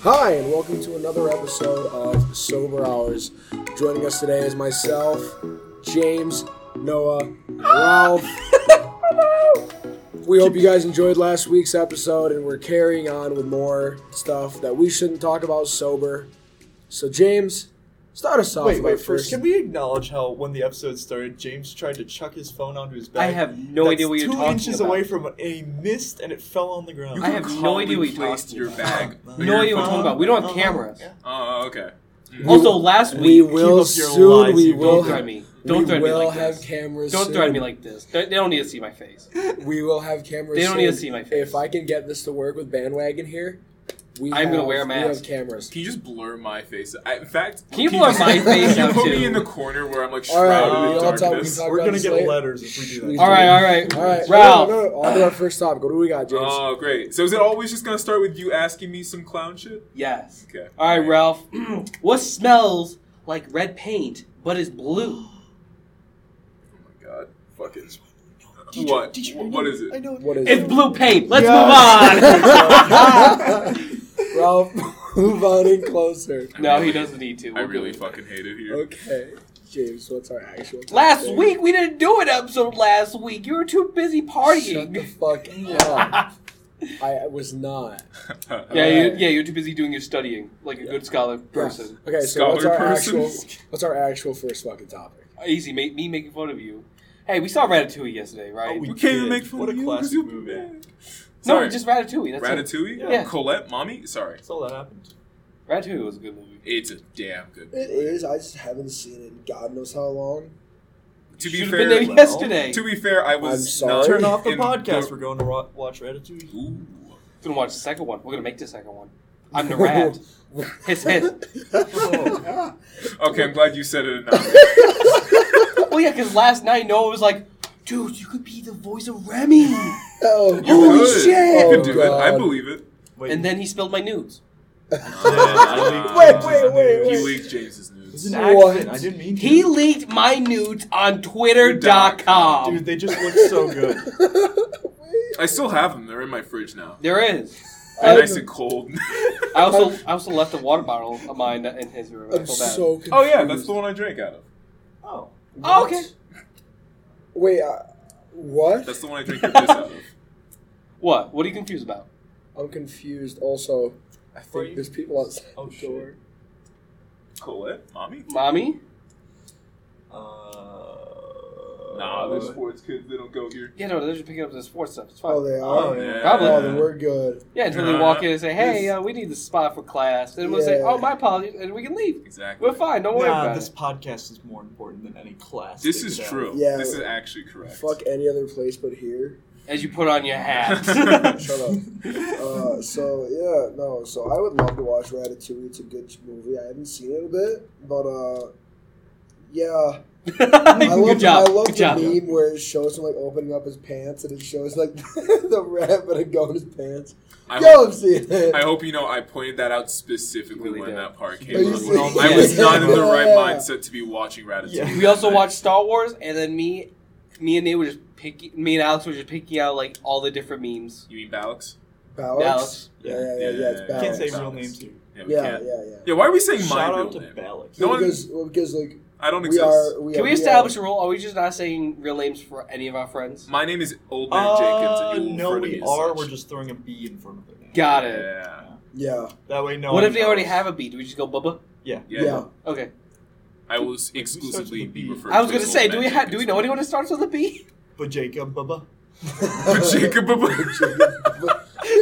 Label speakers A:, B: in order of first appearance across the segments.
A: Hi, and welcome to another episode of Sober Hours. Joining us today is myself, James, Noah, Ralph. We hope you guys enjoyed last week's episode, and we're carrying on with more stuff that we shouldn't talk about sober. So, James, start us off.
B: Wait,
A: with our
B: wait, first, can we acknowledge how when the episode started, James tried to chuck his phone onto his back?
C: I have no
B: That's
C: idea what you're
B: two
C: talking
B: inches
C: about.
B: away from it, and he missed, and it fell on the ground.
C: I have no idea what you're
D: placed
C: talking
D: your
C: about.
D: bag. under
C: No
D: your
C: idea what you're
D: phone.
C: talking about. We don't have cameras.
B: Yeah.
D: Oh, okay.
C: Also, last
A: we
C: week,
A: will
B: keep up your
A: soon.
B: lies,
A: We
B: you
A: will.
C: don't
B: will-
C: threaten me. Don't
A: we
C: threaten me
A: will
C: like
A: have
C: this.
A: cameras.
C: Don't
A: soon.
C: threaten me like this. They they don't need to see my face.
A: We will have cameras.
C: They don't need to
A: soon.
C: see my face.
A: If I can get this to work with bandwagon here, we
C: I'm
A: have,
C: gonna wear a
A: We have
C: mask.
A: cameras.
D: Can you just blur my face? I, in fact,
C: Can you blur my face
D: Can
C: out
D: you put
C: too?
D: me in the corner where I'm like
A: All right,
D: shrouded
B: we
D: in
A: talk-
B: all
A: we
D: darkness?
A: talk-
B: We're
A: about
B: gonna
A: this
B: get
A: later.
B: letters if we do
A: We-
B: that.
C: all right, all right,
A: All right,
C: Ralph.
A: No, no, no. On to our first topic. What do we got, James?
D: Oh, great. So is it always just gonna start with you asking me some clown shit?
C: Yes.
D: Okay. Oh
C: All right, Ralph. what smells like red paint but is blue?
D: Oh my god. Fucking.
B: Did you-
D: What?
B: did you-
D: Wh- what is it?
B: I know.
A: What is
C: It's
A: it?
C: blue paint. Let's move on.
A: Ralph, move on in closer.
C: no, he doesn't need to.
D: I
C: We'll
D: really
C: do it.
D: fucking hate it here.
A: Okay, James, what's our actual topic?
C: Last week we didn't do an episode. Last week you were too busy
A: Shut the
C: partying.
A: fuck up. I was not.
C: Yeah, you,
A: Alright.
C: yeah, you're too busy doing your studying, like a good scholar person.
A: Okay, so
D: Scholar
A: what's our
D: person.
A: actual? What's our actual first fucking topic?
C: Easy, ma- me making fun of you. Hey, we saw Ratatouille yesterday, right?
B: Oh, We
D: we can't even
B: did.
D: make fun
B: What
D: of
B: a
D: you 'cause
B: classic
D: you're
B: movie.
D: bad.
C: no,
D: Sorry.
C: just Ratatouille. That's it.
D: Ratatouille?
C: Yeah.
D: Colette, mommy? Sorry.
B: That's all that happened.
C: Ratatouille was a good movie.
D: It's a damn good
A: It is. I just haven't seen it. in God knows how long.
D: To be
C: Should've
D: fair,
C: been there
B: well,
C: yesterday.
D: to be fair, I was
A: I'm sorry.
D: not
A: Turn
B: Turn off the
D: in
B: podcast.
D: the-
B: We're going to ro- watch Ratatouille.
D: Ooh.
C: gonna watch the second one. We're gonna make the second one. I'm the rat. Hiss, hiss.
D: Okay, I'm glad you said it. and not me.
C: well, yeah, because last night Noah was like, "Dude, you could be the voice of Remy,"
A: Oh,
D: You
C: Holy
D: could.
C: shit.
D: You could do it. I
A: God.
D: believe it.
B: Wait,
C: and then he spilled my nudes.
A: Wait, wait, wait,
D: He
A: wait.
D: leaked
B: It's
D: James's nudes.
B: an
A: What?
B: accident. I didn't mean to.
C: He leaked my nudes on
B: Dude,
C: Twitter.com.
B: they just look so good.
D: I still have them. They're in my fridge now.
C: There is.
D: They're
A: I-
D: nice and cold.
C: I also I also left a water bottle of mine in his room. I
A: I'm
C: feel bad.
A: so confused.
D: oh yeah, that's the one I drank out of.
B: Oh.
C: Oh, okay.
A: Wait, uh, what?
D: That's the one I drank your piss out of.
C: What? What are you confused about?
A: I'm confused. Also, I
B: Were
A: think
B: you-
A: there's people outside
B: Oh,
A: the door.
D: Colette, mommy.
C: Mommy?
B: Uh,
D: Nah, they're sports kids. They don't go here.
C: Yeah, no, they're just picking up the sports stuff. It's fine.
A: Oh, they
B: Oh,
A: are.
B: yeah.
C: Probably.
A: Oh, then we're good.
C: yeah, until they
D: Uh,
C: walk in and say, "Hey,
B: this-
C: uh, we need the spot for class," and we'll say,
A: Yeah.
C: "Oh, my apologies," and we can leave.
D: Exactly.
C: We're fine. Don't worry
B: Nah,
C: about
B: this
C: it.
B: podcast is more important than any class.
D: This
B: they
D: is
B: could have.
D: true.
A: Yeah.
D: This is actually correct.
A: Fuck any other place but here.
C: As you put on your hat.
A: Shut up. Uh, so yeah, no. So I would love to watch Ratatouille. It's a good movie. I haven't seen it a bit, but uh, yeah. I love,
C: Good job.
A: I love
C: Good
A: the
C: job.
A: meme where it shows him like opening up his pants and it shows like the rat but a go in his pants.
D: I
A: Yo,
D: hope,
A: I'm seeing it.
D: I hope you know I pointed that out specifically
C: Really
D: when
C: did.
D: that part
A: Are
D: came
A: you
D: up.
A: serious?
D: I was not in the right
A: Yeah.
D: mindset to be watching Ratatouille.
B: Yeah.
C: We also watched Star Wars, and then me, me and Nate were just picking. Me and Alex were just picking out like all the different memes.
D: You mean Balix?
A: Alex?
C: Alex.
A: Yeah, yeah, yeah, yeah. It's
D: Yeah.
A: Balix.
B: Can't say
D: Balance.
B: real names here.
D: Yeah, we
A: yeah,
D: can't.
A: yeah, yeah.
D: Yeah, why are we saying
B: Shout
D: my
B: out
D: real
B: to
D: name?
B: Balix.
A: Well,
D: No one-
A: because well, because like
D: I don't
A: we
D: exist.
A: are. We
C: Can
A: are,
C: we establish a rule? Are we just not saying real names for any of our friends?
D: My name is Old Man Jenkins,
B: Uh,
D: and you will
B: no,
D: refer to me
B: we
D: as
B: are.
D: such.
B: We're just throwing a B in front of it. now.
C: Got it.
D: yeah.
A: Yeah,
B: That way, no.
C: what
B: one
C: if they already
B: knows.
C: have a beat? Do we just go Bubba?
D: yeah,
A: yeah.
C: Okay.
D: I will s- exclusively be referred.
C: I was
D: to
C: gonna
D: as
C: say,
D: Old
C: do
D: Man
C: we ha- do
D: Jenkins.
C: we know anyone that starts with a B?
B: But Jacob, Bubba.
D: But Jacob,
C: Buzz,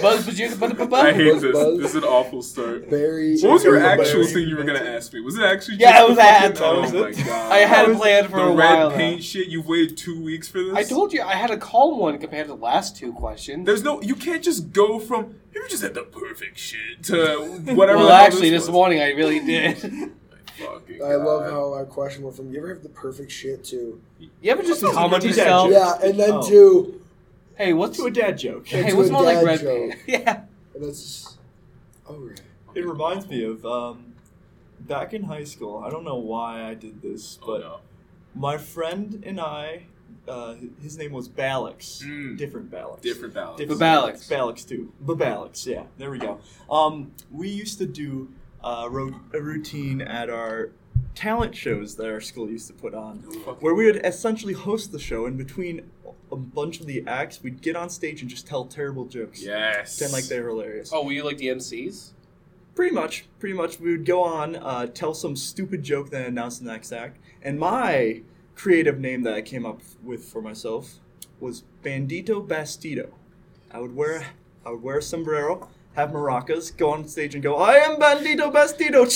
C: buzz, buzz, buzz, buzz, buzz,
D: I hate
A: Buzz,
D: this.
A: buzz.
D: This is an awful start.
A: Barry.
D: What was your
A: Barry.
D: actual thing you were gonna ask me? Was it actually?
C: Yeah,
D: just
C: it was
D: the fucking-
C: that.
D: Oh
B: Was
D: my
B: it?
D: god!
C: I had
B: was-
C: a plan for
D: the
C: a while.
D: red
C: now.
D: paint shit. You waited two weeks for this.
C: I told you I had a calm one compared to the last two questions.
D: There's no. You can't just go from. You just had the perfect shit to whatever.
C: well,
D: the hell
C: actually, this
D: was.
C: morning I really did.
D: Fucking
A: I love
D: God.
A: how our question went from "You ever have the perfect shit to
C: You ever just
B: That was a
C: comment
B: good
C: yourself?
B: idea.
A: yeah," and then
B: Oh.
A: to
C: Hey, what's
B: To a dad joke.
C: hey,
A: to
C: what's
A: a
C: more like
A: dad
C: red
A: joke.
C: paint? Yeah.
A: and that's just, oh right.
B: It reminds me of um, back in high school. I don't know why I did this,
D: Oh,
B: but
D: no.
B: my friend and I uh, his name was Balix.
D: Mm.
B: Different Balix.
D: Different balance.
B: Different
C: Babalix.
B: Babalix too. Babalix, yeah. There we go. Um, we used to do uh, ro- a routine at our talent shows that our school used to put on, where we would essentially host the show, and between a bunch of the acts, we'd get on stage and just tell terrible jokes.
D: Yes.
B: Pretend like they're hilarious.
C: Oh, were you like the MCs?
B: Pretty much, pretty much, we would go on, uh, tell some stupid joke, then announce the next act. And my creative name that I came up with for myself was Bandito Bastido. I would wear, I would wear a sombrero, have maracas, go on stage and go, "I am Bandito Bastido."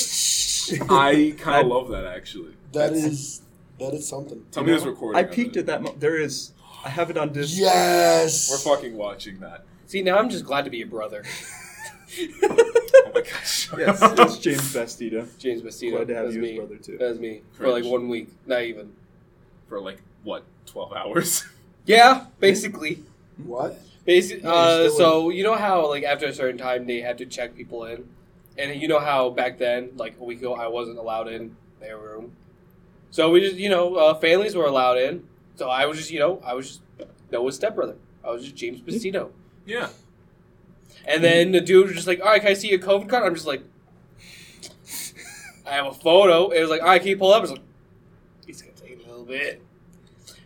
D: I kind
B: I-
D: of love that actually.
A: That is that is something.
D: Tell
B: You
D: me
B: know,
D: this recording.
B: I
D: of
B: peeked
D: it.
B: at that. Mo- there is, I have it on disc.
A: Yes.
D: We're fucking watching that.
C: See, now I'm just glad to be your brother,
D: Oh my gosh.
B: Yes, it's James Bastido.
C: James Bastido.
B: Glad to have
C: That's
B: you as
C: me.
B: brother too.
C: That was me for like
D: Cringe.
C: one week, not even.
D: For like what, twelve hours?
C: Yeah, basically.
A: What?
C: Basically, uh,
B: you're still
C: so you know how like after a certain time they had to check people in, and you know how back then, like a week ago, I wasn't allowed in their room. So we just, you know, uh, families were allowed in. So I was just, you know, I was just Noah's stepbrother. I was just James
B: Mm-hmm.
C: Bastido.
D: yeah.
C: And then the dude was just like, "All right, can I see your COVID card?" I'm just like, "I have a photo." It was like, "All right, can you pull it up?" It's like, "It's gonna take a little bit."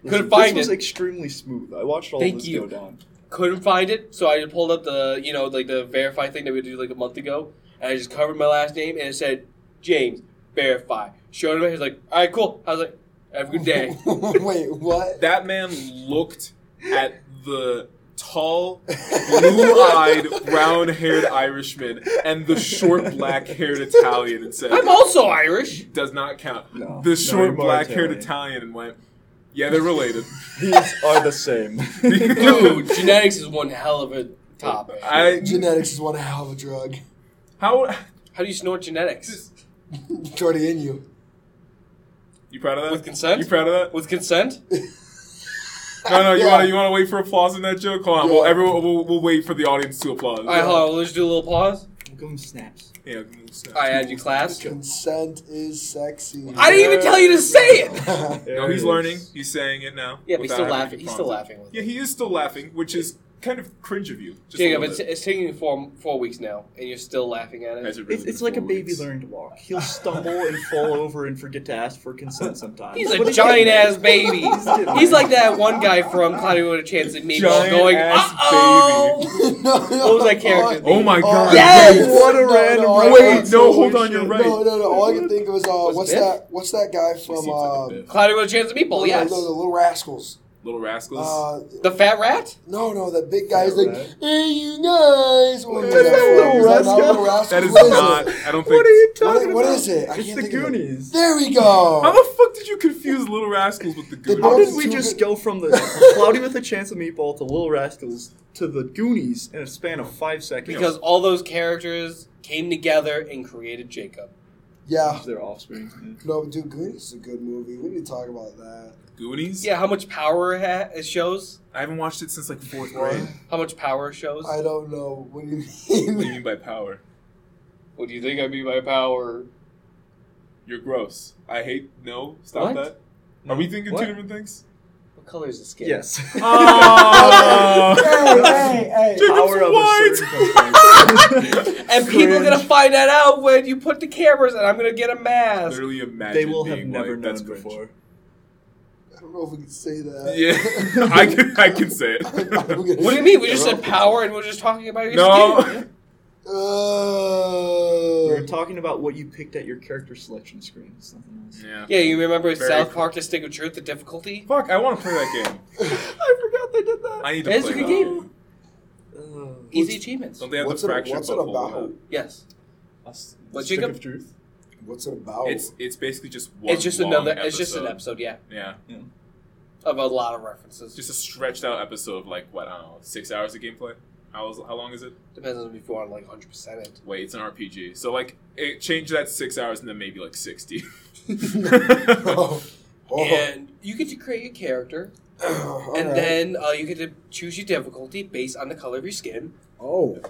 C: Couldn't
B: this
C: find
B: was
C: it.
B: extremely smooth. I watched all
C: Thank
B: this
C: you.
B: go down.
C: Couldn't find it, so I just pulled up the you know like the verify thing that we did like a month ago, and I just covered my last name and it said James verify. Showed him, it, he's like, "All right, cool." I was like, "Have a good day."
A: Wait, what?
D: That man looked at the tall, blue-eyed, brown-haired Irishman and the short, black-haired Italian and said,
C: I'm also Irish.
D: "Does not count."
B: No. No,
D: the short,
B: you're more
D: black-haired
B: Italian.
D: Italian and went, "Yeah, they're related."
B: These are the same.
C: Dude, genetics is one hell of a topic.
D: I
A: Genetics is one hell of a drug.
D: how
C: How do you snort genetics?
A: It's already in you.
D: you proud of that?
C: With consent?
D: You proud of that?
C: With consent?
D: No, no, you
A: Yeah.
D: wanna you wanna wait for applause in that joke? Hold on,
A: Yeah.
D: well, everyone, we'll, we'll wait for the audience to applaud.
C: All right, hold on. Let's do a little pause.
B: Go and snaps.
D: Yeah, we'll snap.
C: I had you class.
A: Consent is sexy.
C: I didn't even tell you to say it.
D: No, he's learning. He's saying it now.
C: Yeah, but he's
D: without
C: still
D: having to
C: laughing. He's still
D: prompt.
C: laughing with
D: Yeah,
C: it.
D: he is still laughing, which is kind of cringe of you. Just a
C: Jacob,
D: little
C: it's,
D: bit.
C: it's taking you four, four weeks now, and you're still laughing at
D: Guys
C: it.
D: are really
B: It's, it's
D: good
B: like a
D: for
B: baby
D: weeks.
B: learning to walk. He'll stumble and fall over and forget to ask for consent sometimes.
C: He's
B: But
C: a
B: he
C: giant
B: gets
C: ass baby.
B: getting there.
C: He's like that one guy from Cloudy with a Chance at Meatball
D: Giant
C: going,
D: ass
C: uh-oh.
A: what
C: was that character?
D: Oh my
A: Oh,
D: god!
C: Yes!
B: What a random
A: all I
D: Wait,
A: can-
B: That's
D: no,
B: holy
D: hold on,
B: shit.
D: you're right.
A: No, no, no. All I can think of is uh,
C: Was it
A: what's
C: Biff?
A: that? What's that guy
D: He
A: from?
D: seems like a
A: Uh,
D: bit.
C: Cloudy with a Chance of Meatball, yes.
A: no, no, the Little Rascals.
D: Little rascals.
A: Uh,
C: The fat rat?
A: no, no, that big guy's
B: Fat
A: like,
B: Rat.
A: "Hey, you guys!" What
B: That's not Little
A: Is that
B: Rascal.
A: Little Rascals?
D: that is
A: What
D: not.
A: it?
D: I don't think.
B: What are you talking
A: What-
B: about?
A: what is it? I
B: it's
A: can't
B: the
A: think of it.
B: Goonies.
A: There we
D: How
A: go.
D: the fuck did you confuse Little Rascals with the Goonies?
B: How
A: both-
B: did we
A: Two
B: just
A: good-
B: go from the Cloudy with a Chance of Meatball to Little Rascals to the Goonies in a span of five seconds?
C: Because all those characters came together and created Jacob.
A: Yeah.
B: of their offspring.
A: No, dude, Goonies is a good movie. We need to talk about that.
D: Goonies?
C: Yeah, how much power it ha- it shows?
D: I haven't watched it since like fourth grade.
C: How much power it shows?
A: I don't know. What do you
D: what do you
A: mean?
D: mean by power?
C: What do you think I mean by power?
D: You're gross. I hate. No,
C: What?
D: stop that. Are we thinking
B: What?
D: two different things?
C: What color is the skin?
B: Yes.
D: Oh.
A: hey, hey, hey.
B: Power of
D: white.
B: a certain
C: And people are
B: Cringe.
C: gonna find that out when you put the cameras, and I'm gonna get a mask.
D: Literally imagine.
B: They will have
D: being
B: never
D: white. That's
B: known
D: cringe.
B: before.
A: I don't know if we can say that.
D: Yeah, I can. I can say it.
A: I'm gonna
C: What do
A: say
C: you mean? We just
A: it.
C: said power, and we're just talking about your
D: No.
C: skin.
B: We were
A: Uh,
B: talking about what you picked at your character selection screen. It's nothing else.
D: Yeah.
C: Yeah, you remember
D: Very
C: South
D: cool.
C: Park: The Stick of Truth, the difficulty?
D: Fuck! I want to play that game.
B: I forgot they did that.
D: I need to
C: It's a
D: play
C: good
D: that
C: game.
D: game.
B: Uh,
C: Easy achievements.
D: Don't they have
A: what's
D: the
A: it,
D: fractured
A: what's it
D: butthole and
A: about?
D: that?
C: Yes, What,
B: Stick
C: Jacob?
B: of truth.
A: What's it about?
D: It's it's basically just one.
C: Oh. it's just
D: long
C: another. It's just an
D: episode.
C: episode, yeah,
D: Yeah,
C: of a lot of references.
D: just a stretched out episode of like what I don't know, six hours of gameplay. How is, how long is it?
C: Depends on if you want like 100 percent it.
D: Wait, it's an RPG. So like, it, change that six hours and then maybe like sixty.
A: oh, oh,
C: And you get to create your character,
A: all
C: and
A: right.
C: then uh, you get to choose your difficulty based on the color of your skin.
A: oh,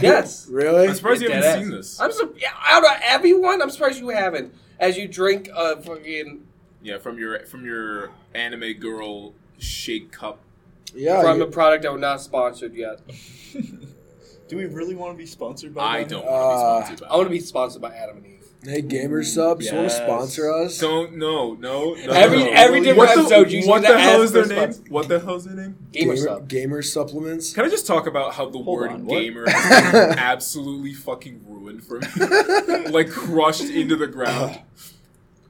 C: Yes.
D: I'm
A: really?
D: surprised you
C: Dead
D: haven't
C: ass.
D: seen this.
C: I'm so yeah, out of everyone, I'm surprised you haven't. As you drink a fucking
D: Yeah, from your from your anime girl shake cup.
A: Yeah,
C: from a
A: you-
C: product that was not sponsored yet.
B: Do we really want to be sponsored by?
D: I
B: them?
D: don't want to be sponsored by.
C: uh, I want to be sponsored by Adam and Eve.
A: hey, gamer subs, you want to
B: yes.
A: sponsor us?
D: Don't no no no.
C: Every-
D: no.
C: every different
D: what
C: episode,
D: The,
C: you
D: what
C: need to
D: the hell
C: ask
D: is their
C: for
D: name?
C: sponsor.
D: What the hell is their name?
C: Gamer sub.
A: gamer supplements.
D: Can I just talk about how the
B: Hold
D: word
B: on, what?
D: gamer has been absolutely fucking ruined for me? like crushed into the ground.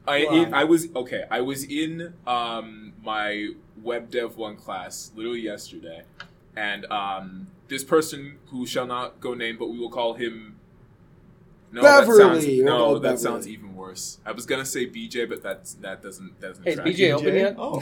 D: I
B: Why?
D: I was okay, I was in um my web dev one class literally yesterday and um this person who shall not go named but we will call him no, that sounds,
A: Beverly. We'll
D: no,
A: call
D: that
A: Beverly.
D: sounds even worse. I was gonna say BJ, but that's that doesn't that doesn't.
C: Hey, is
D: track.
C: BJ open yet?
B: Oh,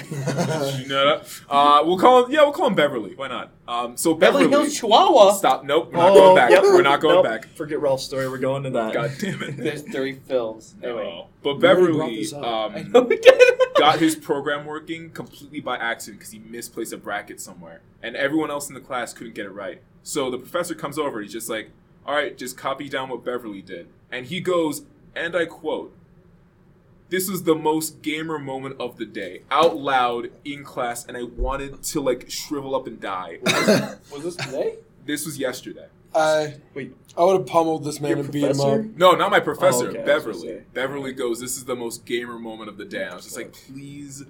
D: You know that? Uh, we'll call him. Yeah, we'll call him Beverly. Why not? Um, so
C: Beverly Hills Chihuahua.
D: Stop. Nope. We're not going back. We're not going
B: Oh, Nope.
D: back.
B: Forget Ralph's story. We're going to that.
D: God damn it.
C: There's three films. Anyway.
D: No. But
A: We already brought
D: Beverly
A: this up.
C: I
D: um,
C: know we did.
D: got his program working completely by accident because he misplaced a bracket somewhere. And everyone else in the class couldn't get it right. So the professor comes over. He's just like, all right, just copy down what Beverly did. And he goes, and I quote, this was the most gamer moment of the day, out loud in class, and I wanted to like shrivel up and die.
C: Was this today?
D: This was yesterday.
A: I
B: Wait.
A: I would have pummeled this man
B: Your
A: and beat him up.
B: professor?
D: No, not my professor,
B: Oh, okay, I was gonna
D: Beverly.
B: say.
D: Beverly goes, This is the most gamer moment of the day. I was just like, Please.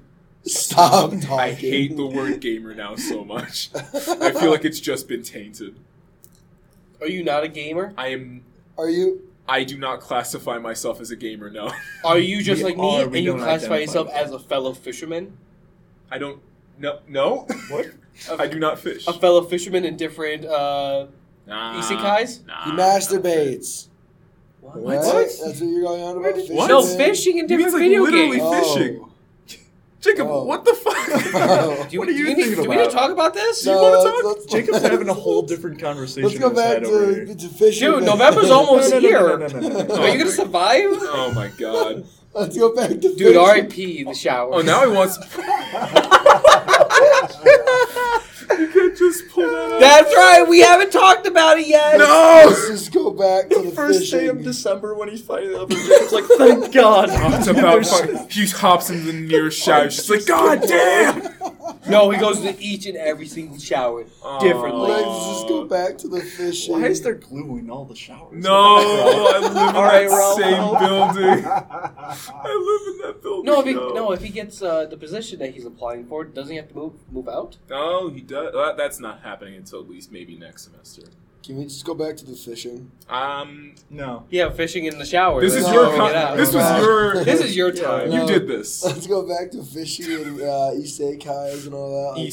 A: Stop talking.
D: I hate the word gamer now so much. I feel like it's just been tainted.
C: Are you not a gamer?
D: I am.
A: Are you?
D: I do not classify myself as a gamer now.
C: Are you just
B: We
C: like me
B: are,
C: and
B: we
C: you
B: don't
C: classify
B: identify
C: yourself
B: with
C: as a fellow fisherman?
D: I don't. No. No?
B: What?
D: I do not fish.
C: A fellow fisherman in different uh
D: Nah,
C: isekais?
D: nah.
A: He masturbates.
C: What?
A: Right? That's what you're going on about.
D: What?
C: No,
A: Fisherman?
C: fishing in
D: He means,
C: different
D: like,
C: video
D: literally
C: games.
A: Oh.
D: Fishing. Jacob,
A: Oh.
D: what the fuck?
C: Do, you,
D: what are
C: do
D: you
C: we
D: thinking
C: need, do we
D: about?
C: need to talk about this?
A: No,
D: wanna
A: let's-
D: talk?
A: let's-
B: Jacob's having a whole different conversation.
A: Let's go
B: in his
A: back
B: head over
A: to,
B: here.
A: to fishing.
C: Dude,
A: again.
C: November's almost
B: No, no, no,
C: here.
B: no, no, no, no, no.
C: Are you gonna survive?
D: oh my god.
A: Let's go back to
C: Dude,
A: fishing.
C: R.I.P. the shower.
D: Oh, now he wants. you can't just pull that out.
C: That's right. We haven't talked about it yet.
A: Let's
D: no!
A: just go back to the
B: First
A: fishing.
B: day of December when he's fighting up, and Jacob's like, "Thank God."
D: It's about fuck. He hops into the nearest shower. She's like, God damn!
C: No, he goes to each and every single shower.
B: Differently.
A: Let's
D: Aw.
A: just go back to the fishing.
B: Why is there glue in all the showers?
D: No, I live in that
B: All right, Ralph.
D: same building. I live in that building.
C: No, if he,
D: now.
C: no, if he gets uh, the position that he's applying for, doesn't he have to move move out?
D: No, he does. Well, that's not happening until at least maybe next semester.
A: Can we just go back to the fishing?
D: Um,
B: no.
C: Yeah, fishing in the shower.
D: this
A: No,
D: is
A: no,
D: your.
A: no,
D: Con-
A: no,
D: this
A: no.
D: was your.
C: This is your
B: Yeah.
C: time.
D: You
A: No.
D: did this.
A: Let's go back to fishing and uh, isekais and all that. Like,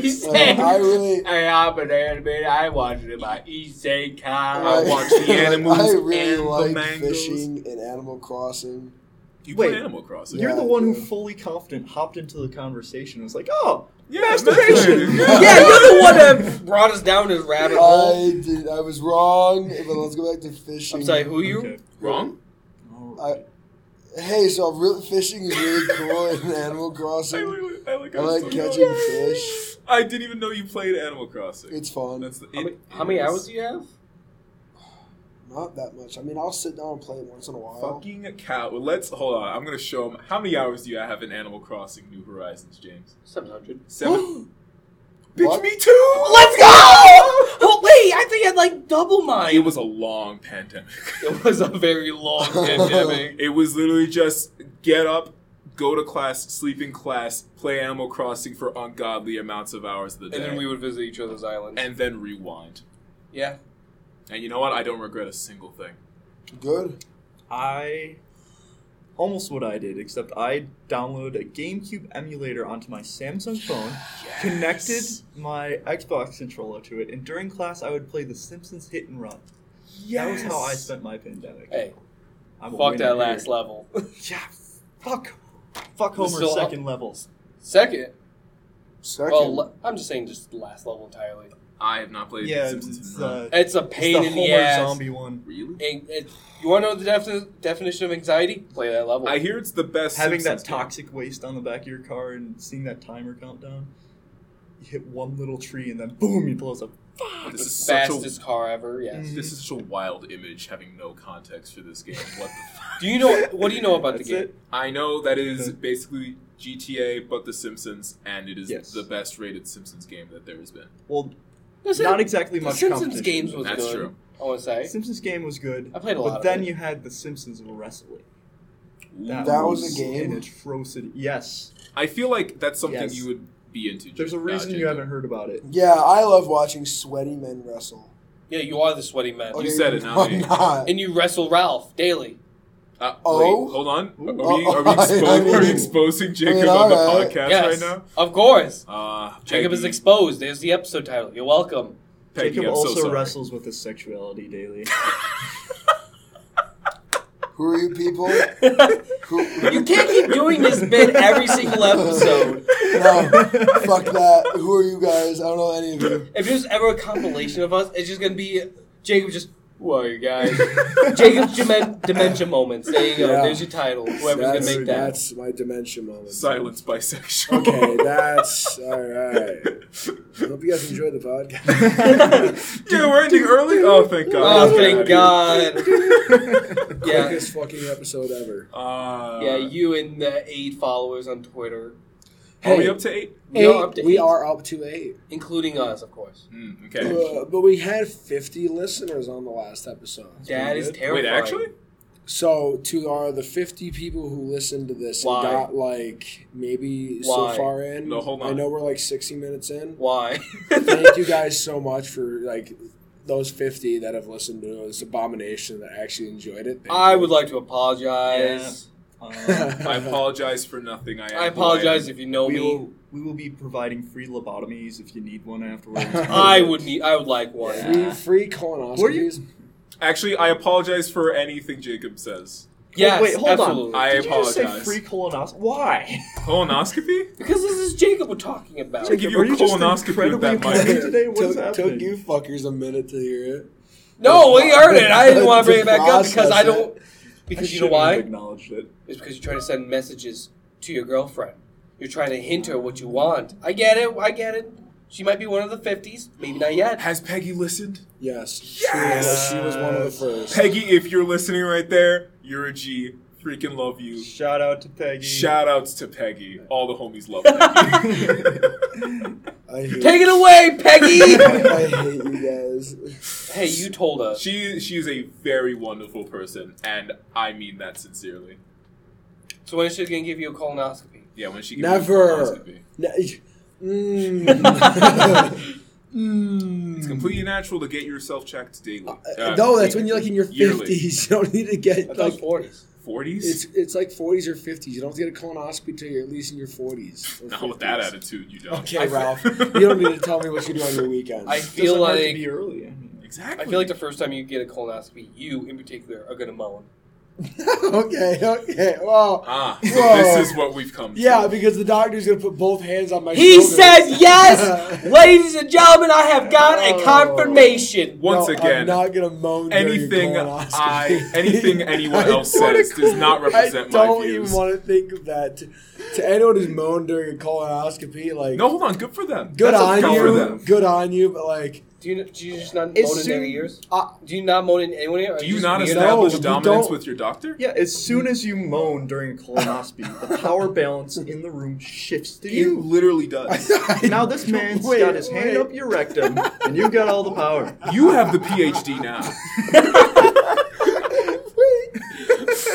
D: Isekai.
A: I- uh, I really.
C: I am an anime. I watched it by Isekai.
D: I
A: like,
D: watch the
A: like,
D: animals
A: I really
D: and the
A: like
D: mangoes.
A: fishing and Animal Crossing.
D: You play
B: Wait.
D: Animal Crossing.
B: You're
A: Yeah,
B: the one who
A: yeah.
B: fully confident hopped into the conversation and was like, "Oh,
D: Yeah,
B: Masturbation.
D: masturbating.
C: yeah, you're the one that brought us down this rabbit hole.
A: I did. I was wrong, but let's go back to fishing.
C: I'm sorry, who you?
B: Okay.
D: Wrong. Oh,
A: I- hey, so real, fishing is really cool in Animal
D: I
A: Crossing.
D: like, I like,
A: I like catching fish.
D: I didn't even know you played Animal Crossing.
A: It's fun.
D: That's the,
C: How,
D: it-
C: many,
D: it
C: how many
D: is
C: hours do you have?
A: Not that much. I mean, I'll sit down and play it once in a while.
D: Fucking cow. Let's hold on. I'm gonna show him how many hours do you have in Animal Crossing New Horizons, James?
C: Seven hundred.
D: Seven. Bitch,
A: What?
D: me too.
C: Let's go! Oh wait, I think I had like double mine.
D: It was a long pandemic.
C: It was a very long pandemic.
D: It was literally just get up, go to class, sleep in class, play Animal Crossing for ungodly amounts of hours of the day,
C: And then we would visit each other's islands.
D: and then rewind.
C: yeah.
D: And you know what? I don't regret a single thing.
A: Good.
B: I almost what I did, except I downloaded a GameCube emulator onto my Samsung phone, connected my Xbox controller to it, and during class I would play The Simpsons Hit and Run. That was how I
D: Yes.
B: spent my pandemic.
C: Hey,
B: I'm a
C: fuck
B: winner
C: that last
B: here.
C: level.
B: Yeah, fuck, fuck
C: This
B: Homer's
C: is all-
B: second levels.
C: Second.
A: Second.
D: Oh,
C: Well, le- I'm just saying just the last level entirely.
D: I have not played
B: Yeah,
D: The Simpsons
B: it's,
D: in Run.
B: uh,
C: It's a
B: it's
C: pain
B: the
C: in
B: Homer
C: the ass.
B: zombie one.
D: Really?
C: And- and- you want to know the defi- definition of anxiety? Play that level.
D: I hear it's the best.
B: Having that
D: Simpsons game.
B: toxic waste on the back of your car and seeing that timer countdown. You hit one little tree and then boom, he blows up.
D: This is such a
C: fastest car ever. Yes.
B: Mhm.
D: this is such a wild image, having no context for this game. What the? F-
C: Do you know what do you know about the
B: That's
C: game?
B: it.
D: I know that is basically GTA, but The Simpsons, and it is
B: Yes.
D: the best rated Simpsons game that there has been.
B: Well,
C: Listen,
B: not exactly
C: the
B: much
C: Simpsons
B: competition.
C: games was
D: That's
C: good.
D: true.
C: I want to say
B: Simpsons game was good.
C: I played a lot.
B: But
C: of
B: then
C: it.
B: you had the Simpsons of wrestling.
A: That was a game?
B: an atrocity. Yes,
D: I feel like that's something
B: Yes.
D: you would be into.
B: there's a
D: Jacob.
B: reason
D: Uh,
B: you
D: Jacob.
B: haven't heard about it.
A: Yeah, I love watching sweaty men wrestle.
C: yeah, you are the sweaty
A: Oh,
C: man,
D: Okay. said it, not
A: I'm
D: me.
A: not.
C: and you wrestle Ralph daily.
D: Uh, wait,
A: Oh?
D: hold on. Are
B: Ooh.
D: we, are we,
A: Oh, I
D: expo-
A: mean-
D: are we exposing Jacob
A: I mean,
D: on the
A: alright.
D: podcast
C: yes,
D: right
C: of course.
D: now? Uh,
C: Jacob is
D: Peggy-
C: exposed. There's the episode title. You're welcome.
D: Peggy,
B: Jacob
D: I'm so
B: also
D: sorry.
B: wrestles with his sexuality daily.
A: Who are you people? Who,
C: You can't keep doing this bit every single episode.
A: No, fuck that. Who are you guys? I don't know any of you.
C: If there's ever a compilation of us, it's just gonna be Jacob just. Who are you guys? Jacob's Demen- dementia moments. There you go.
A: Yeah.
C: There's your title. Whoever's
A: that's,
C: gonna make that.
A: That's my dementia moment.
D: Silence bisexual.
A: Okay, that's all right. I hope you guys enjoyed the podcast.
D: yeah, we're ending early. Oh, thank God.
C: Oh, thank God.
D: God.
C: Yeah.
A: Quickest fucking episode ever.
D: Uh,
C: Yeah, you and the eight followers on Twitter,
D: Are we
A: Hey.
D: up to eight?
C: We are up to
A: we
C: eight.
A: are up to eight.
C: including us, of course.
D: Mm, okay.
A: Uh, but we had 50 listeners on the last episode.
C: That
B: pretty
C: is
B: good.
C: terrifying.
D: Wait, actually?
A: So to our the 50 people who listened to this
C: Why?
A: and got like maybe
C: Why?
A: so far in.
D: No, hold on.
A: I know we're like 60 minutes in.
C: Why?
A: Thank you guys so much for like those 50 that have listened to this abomination that actually enjoyed it. Thank
C: I
A: you.
C: would like to apologize.
B: Um,
D: I apologize for nothing. I, am
C: I apologize
D: polite.
C: if you know
B: we
C: me.
B: will we will be providing free lobotomies if you need one afterwards.
C: I would need. I would like one.
B: Yeah.
A: Free, free
B: Were you-
A: colonoscopies.
D: Actually, I apologize for anything Jacob says.
C: Yes,
B: wait, hold on.
C: absolutely.
D: I
B: Did you just say
D: apologize.
B: free colonoscopy? Why?
D: Colonoscopy?
C: Because this is Jacob we're talking about.
D: I'll give you
B: Are
D: a
B: you just
D: colonoscopy with
B: incredibly
D: that
B: clever?
D: mic.
B: Today, what is
A: took,
B: happening?
A: took you fuckers a minute to hear it.
C: No, we heard it. I didn't want to bring it back up because I don't. Because you know
B: shouldn't have
C: why?
B: Acknowledged it.
C: It's because you're trying to send messages to your girlfriend. You're trying to hint her what you want. I get it. I get it. She might be one of the fifties. Maybe not yet.
D: Has Peggy listened?
A: Yes.
D: Yes!
A: She was, she was one of the first.
D: Peggy, if you're listening right there, you're a G. Freaking love you.
B: Shout out to Peggy.
D: Shout outs to Peggy. All the homies love Peggy.
A: I hate,
C: Take it away, Peggy.
A: I hate you guys.
C: hey, you told us.
D: she she is a very wonderful person, and I mean that sincerely.
C: So when is she gonna give you a colonoscopy?
D: Yeah, when she gives
A: Never.
D: colonoscopy.
A: No, y- mm.
D: It's completely natural to get yourself checked daily. Uh,
A: Hmm. no, that's when you're like in your
D: yearly.
A: fifties. You don't need to
C: I
A: get
C: thought it was
A: like
C: forties.
D: forties.
A: it's it's like forties or fifties. You don't have to get a colonoscopy till you're at least in your forties.
D: Not with that attitude, you don't.
A: Okay, Ralph. you don't need to tell me what you do on your weekends.
C: I
B: Doesn't
C: feel
B: hurt to
C: like
B: be early. I mean.
D: Exactly.
C: I feel like the first time you get a colonoscopy, you in particular are gonna moan.
A: okay, okay. Well,
D: ah. So
A: Whoa.
D: this is what we've come. to.
A: yeah, because the doctor's gonna put both hands on my.
C: He
A: shoulders.
C: said yes, ladies and gentlemen. I have got a
A: Oh.
C: confirmation.
D: Once
A: No,
D: again,
A: I'm not gonna moan. during your
D: anything
A: colonoscopy.
D: I- anything anyone
A: I
D: else
A: don't wanna
D: says does not represent my
A: I don't
D: views.
A: even want to think of that. To, to anyone who's moaned during a colonoscopy, like
D: No, hold on. Good for them.
A: good
D: That's a
A: on
D: go
A: you,
D: for them.
A: good on you, but like
C: Do you, do you just not
B: As
C: moan in
B: soon-
C: their ears?
A: uh,
C: Do you not moan in anyone ear?
D: Do you not
A: No,
D: establish
A: you
D: dominance
A: don't.
D: with your doctor?
B: Yeah, as soon as you moan during a colonoscopy, the power balance in the room shifts to
D: He
B: you.
D: literally does.
B: Now this man's
A: Wait,
B: got his hand
A: wait.
B: up your rectum, and you've got all the power.
D: you have the PhD now.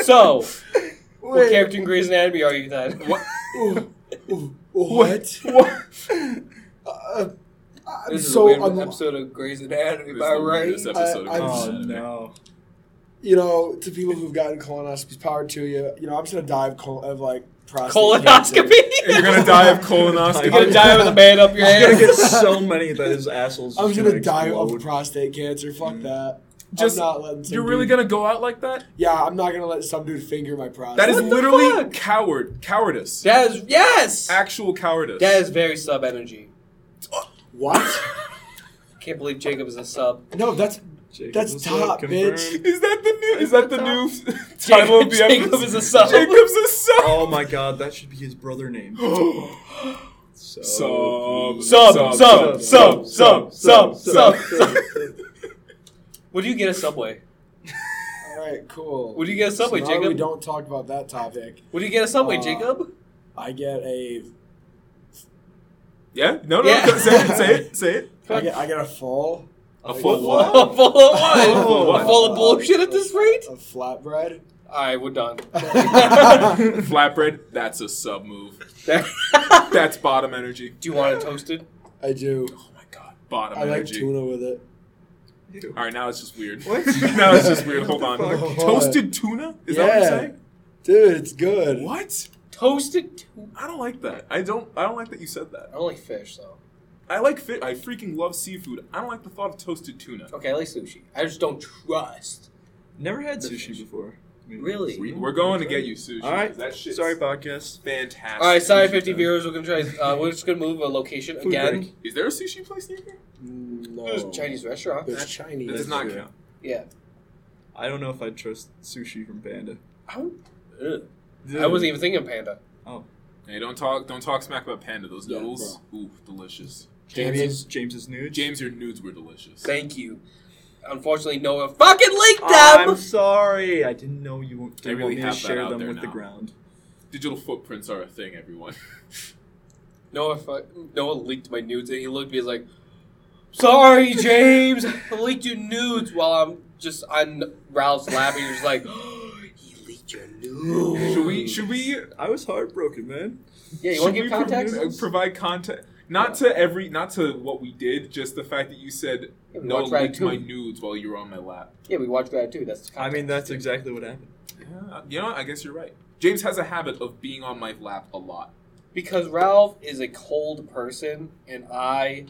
C: So, what
A: Wait.
C: character in Grey's Anatomy are you then?
D: What?
A: ooh, ooh, what?
D: What?
A: Uh, I'm
C: This is
A: so
C: a weird
A: unlo-
C: episode of Grey's Anatomy,
D: This
C: am
D: is
C: I
D: the weirdest
C: right?
D: episode
A: I- I'm-
D: of Grey's
B: Oh
D: Anatomy.
B: no!
A: you know to people who've gotten colonoscopies, power to you. You know, I'm just gonna die of, col- of like prostate cancer.
C: Colonoscopy?
D: You're gonna die of colonoscopy.
B: You're
C: You're gonna die with a man up your
B: He's gonna
C: ass?
B: get so many that his asshole's.
A: I'm
B: just
A: gonna die of
B: explode.
A: prostate cancer. Fuck
C: Mm.
A: that.
D: Just-
A: I'm not letting some
D: You're really
A: dude-
D: gonna go out like that?
A: Yeah, I'm not gonna let some dude finger my prostate.
D: That is
C: What the
D: literally
C: fuck?
D: coward cowardice.
C: That is, yes!
D: Actual cowardice.
C: That is very sub energy.
A: what?
C: Can't believe Jacob is a sub.
A: No, that's
B: Jacob
A: That's
B: was
A: top,
B: confirmed.
A: bitch.
D: is that the new? Is that the new title
C: Jacob,
D: of the episode?
C: Jacob is a sub.
D: Jacob's a sub.
B: Oh my god, that should be his brother name. Sub.
D: Sub,
C: Sub, sub, sub, sub, sub, sub. Would you get a subway?
E: All right, cool.
C: Would you get a subway,
A: so now We
C: Jacob?
A: don't talk about that topic.
C: Would you get a subway,
A: Uh,
C: Jacob?
A: I get a
D: Yeah? No, no.
C: Yeah.
D: Say it, say it, say it.
A: I get, I get a full
D: A
A: I
D: full
A: get
D: what?
C: A full of what?
D: What?
C: A full of bullshit at this rate?
A: a flatbread.
C: Alright, we're done.
D: Flatbread, that's a sub move.
C: Do
D: That's bottom energy.
C: you want it toasted?
A: I do.
D: Oh my god. Bottom
A: I like
D: energy.
A: tuna with it.
B: Ew.
D: All right, now it's just weird.
B: What?
D: now it's just weird. Hold on.
B: What the fuck?
D: Toasted tuna? Is that what
A: Yeah.
D: you're saying?
A: Dude, it's good.
D: What?
C: Toasted? t-
D: I don't like that. I don't. I don't like that you said that.
C: I don't like fish, though.
D: I like fit. I freaking love seafood. I don't like the thought of toasted tuna.
C: Okay, I like sushi. I just don't trust.
B: Never had
C: The
B: sushi
C: fish.
B: before. I mean,
C: Really?
B: we-
D: We're going to get you sushi.
B: All right.
D: 'cause That shit's
B: Sorry, podcast.
D: fantastic.
C: Alright, sorry,
D: Sushi
C: 50
D: then.
C: viewers. We're gonna try. Uh, we're just gonna move a location
B: Food
C: again.
B: break.
D: Is there a sushi place near here?
A: Mm, No.
C: There's a Chinese restaurant.
A: There's
D: That-
A: Chinese.
D: That does not
A: here.
D: count.
C: Yeah.
B: I don't know if I'd trust sushi from Panda.
C: I, don't- ugh. I wasn't even thinking of panda.
D: Hey, don't talk. Don't talk smack about panda. Those
A: Yeah,
D: noodles, ooh, delicious.
B: James's James's nude.
D: James, your nudes were delicious.
C: Thank you. Unfortunately, Noah fucking linked them.
B: I'm sorry. I didn't know you were
D: They
B: didn't
D: really
B: want me to
D: have that
B: share
D: out
B: them
D: there
B: with the
D: now.
B: ground.
D: Digital footprints are a thing, everyone.
C: Noah, fu- Noah leaked my nudes, and he looked at me he's like, "Sorry, James, I leaked your nudes." While I'm just on Ralph's lap, and he's like, "He leaked your nudes."
D: should we? Should we?
B: I was heartbroken, man.
C: Yeah, you
D: should
C: want to
D: we
C: give
D: pro-
C: context?
D: uh, provide context. Not to every. Not to what we did. Just the fact that you said
C: Yeah, we
D: no
C: watched
D: leaked my
C: Ratatouille.
D: nudes while you were on my lap.
C: Yeah, we watched that too. That's the
B: I mean,
C: context.
B: that's exactly what happened.
D: Yeah, you know, what? I guess you're right. James has a habit of being on my lap a lot.
C: because Ralph is a cold person, and I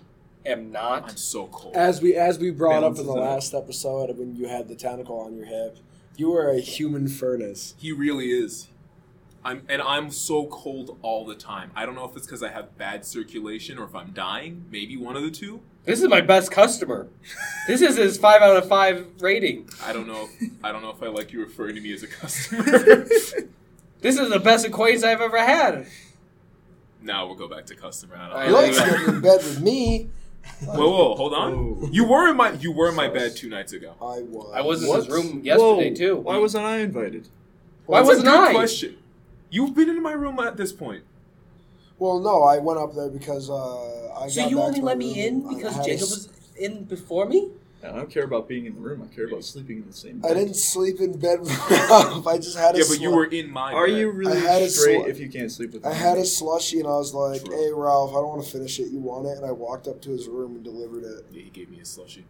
C: am not.
D: I'm so cold.
A: As we as we brought up in the
B: Balances
A: last
B: out.
A: episode when you had the tentacle on your hip, you were a human furnace.
D: He really is. I'm and I'm so cold all the time. I don't know if it's because I have bad circulation or if I'm dying. Maybe one of the two.
C: This is my best customer. This is his five out of five rating.
D: I don't know. If, I don't know if I like you referring to me as a customer.
C: This is the best acquaintance I've ever had.
D: now we'll go back to customer. I
C: I
D: don't
A: You
D: know.
A: like
C: like
A: getting in bed with me.
D: Whoa, whoa, hold on.
B: Whoa.
D: You were in my you were in my bed two nights ago.
A: Oh. I was.
C: I was in
B: What?
C: his room yesterday
B: Whoa,
C: too.
B: Why wasn't I invited?
C: Why
D: That's a
C: wasn't
D: good
C: I?
D: Question. You've been in my room at this point.
A: Well, no, I went up there because uh, I.
C: So
A: got
C: you
A: back
C: only
A: to my
C: let me
A: room.
C: in because
A: I had a Oh,
C: Jacob
A: s-
C: was in before me?
B: I don't care about being in the room. I care about sleeping in the same bed.
A: I didn't sleep in bed with Ralph. I just had a.
D: Yeah, but you
A: slu-
D: were in my.
B: Are
D: bed.
B: you really
A: I had a
B: straight
A: slut.
B: if you can't sleep with
A: I
B: me?
A: had a slushy and I was like,
D: True.
A: "Hey, Ralph, I don't want to finish it. You want it?" And I walked up to his room and delivered it.
D: Yeah, he gave me a slushie.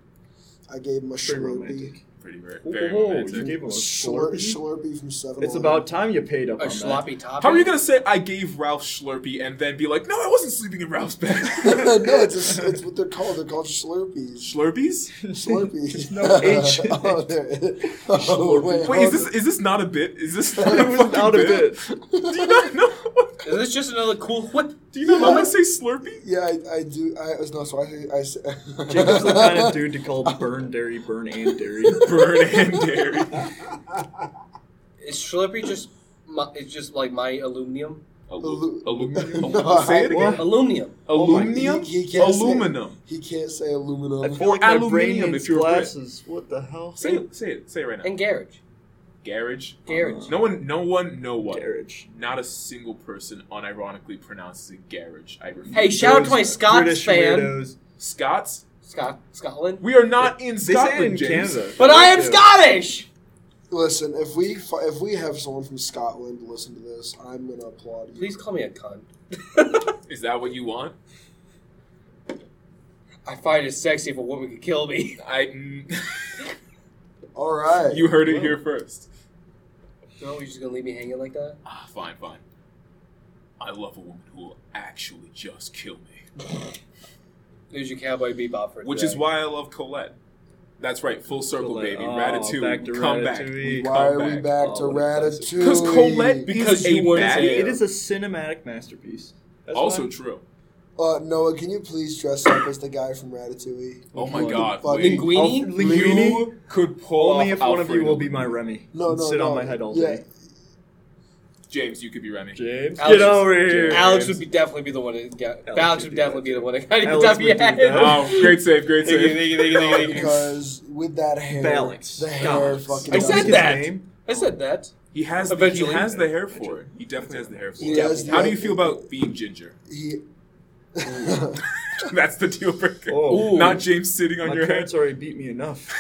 A: I gave him a
B: Pretty
A: Slurpee.
B: romantic.
D: Pretty rare.
A: Oh,
B: Whoa,
D: Very
B: whoa, whoa,
D: romantic.
B: you gave him a
A: Slur-
B: Slurpee.
A: Slurpee from Seven.
B: It's about time you paid up
C: A
B: on that.
C: sloppy top.
D: How are you gonna say I gave Ralph Slurpee and then be like, no, I wasn't sleeping in Ralph's bed?
A: no, it's, a, it's what they're called. They're called Slurpees.
D: Slurpees?
A: Slurpees.
B: There's no H. in
A: oh,
B: it.
A: there oh, wait,
D: Wait, is
A: hold
D: this
A: on.
D: is this not a bit? Is this not
B: It
D: a
B: was
D: fucking
B: out of
D: bit?
B: it.
D: Do you not know?
C: Is this just another cool whip?
D: Do you not know how to say Slurpee?
A: Yeah, I, I do. I was no. So I, say- I say-
B: Jacob's the kind of dude to call burn dairy, burn and dairy.
D: Burn and dairy.
C: Is Slurpee just my, it's just like my aluminum?
A: Alu-
D: aluminum.
A: No, Oh
D: say it again.
B: what?
C: Aluminum.
D: Aluminum.
A: He- he can't say-
D: aluminum.
A: He can't say
B: I
A: aluminum.
B: feel like my
D: Aluminium
B: brain
D: if
B: needs
D: you're a Brit.
B: glasses. What the hell?
D: Say it. Say it. Say it right now.
C: And garage.
D: Garage.
C: Garage.
D: No one. No one. No one.
B: uh, Garage.
D: Not a single person unironically pronounces it garage. I refuse.
C: Hey, shout out to my
B: Those
C: Scots
B: British
C: fan.
B: weirdos.
D: Scots.
C: Scot Scotland.
D: We are not in
B: They say
D: Scotland,
B: it in
D: James.
B: Canada.
C: But I am
B: Yeah.
C: Scottish!
A: Listen, if we fi- if we have someone from Scotland listen to this, I'm gonna applaud you.
C: Please call me a cunt.
D: Is that what you want?
C: I find it sexy if a woman could kill me.
D: I. mm,
A: All right.
D: you heard it
B: Well.
D: here first.
C: No, you're just gonna leave me hanging like that?
D: Ah, fine, fine. I love a woman who will actually just kill me,
C: There's your cowboy bebop for
D: which
C: today.
D: is why I love Colette. That's right, full circle,
B: Colette.
D: baby.
B: Oh,
D: Ratatouille,
B: back to
D: come
B: Ratatouille.
D: back.
A: Why
D: come
A: are we back to
B: Oh, what a classic.
A: Ratatouille?
D: 'Cause Colette
C: Because
D: is
C: you
D: a
C: weren't
D: baddie.
C: there.
B: It is a cinematic masterpiece. That's
D: also
B: why-
D: true.
A: Uh, Noah, can you please dress up as the guy from Ratatouille?
D: Oh my
B: What the
D: god,
A: fuck?
D: wait.
C: Linguini?
D: Alf-
B: Linguini?
D: You could pull
B: Only
D: off
B: if one of you
D: Alfredo.
B: will be my Remy.
A: No,
B: and
A: no,
B: sit
A: no.
B: on my head all
A: yeah.
B: day.
D: James, you could be Remy.
B: James,
C: Alex-
B: get over here.
C: Alex
B: James.
C: would be definitely be the one to get.
B: Alex
C: Alex,
B: would
C: would
B: do
C: definitely
B: that.
C: be the one to get
B: Alex would do that.
D: Oh, great save, great
C: Thank you,
D: save.
C: thank you, thank you, thank you, thank you.
F: because with that hair,
B: Balance.
F: the hair
B: Balance.
F: fucking.
C: I
F: does
C: said
F: it.
C: that. I said that.
D: He has the, he
C: Eventually.
D: has the hair for it. He definitely has the hair for
F: He
D: it.
F: has the-
D: How do you feel about being ginger?
F: He,
D: That's the deal breaker.
B: Oh.
D: Not James sitting on
B: My
D: your head.
B: parents already beat me enough.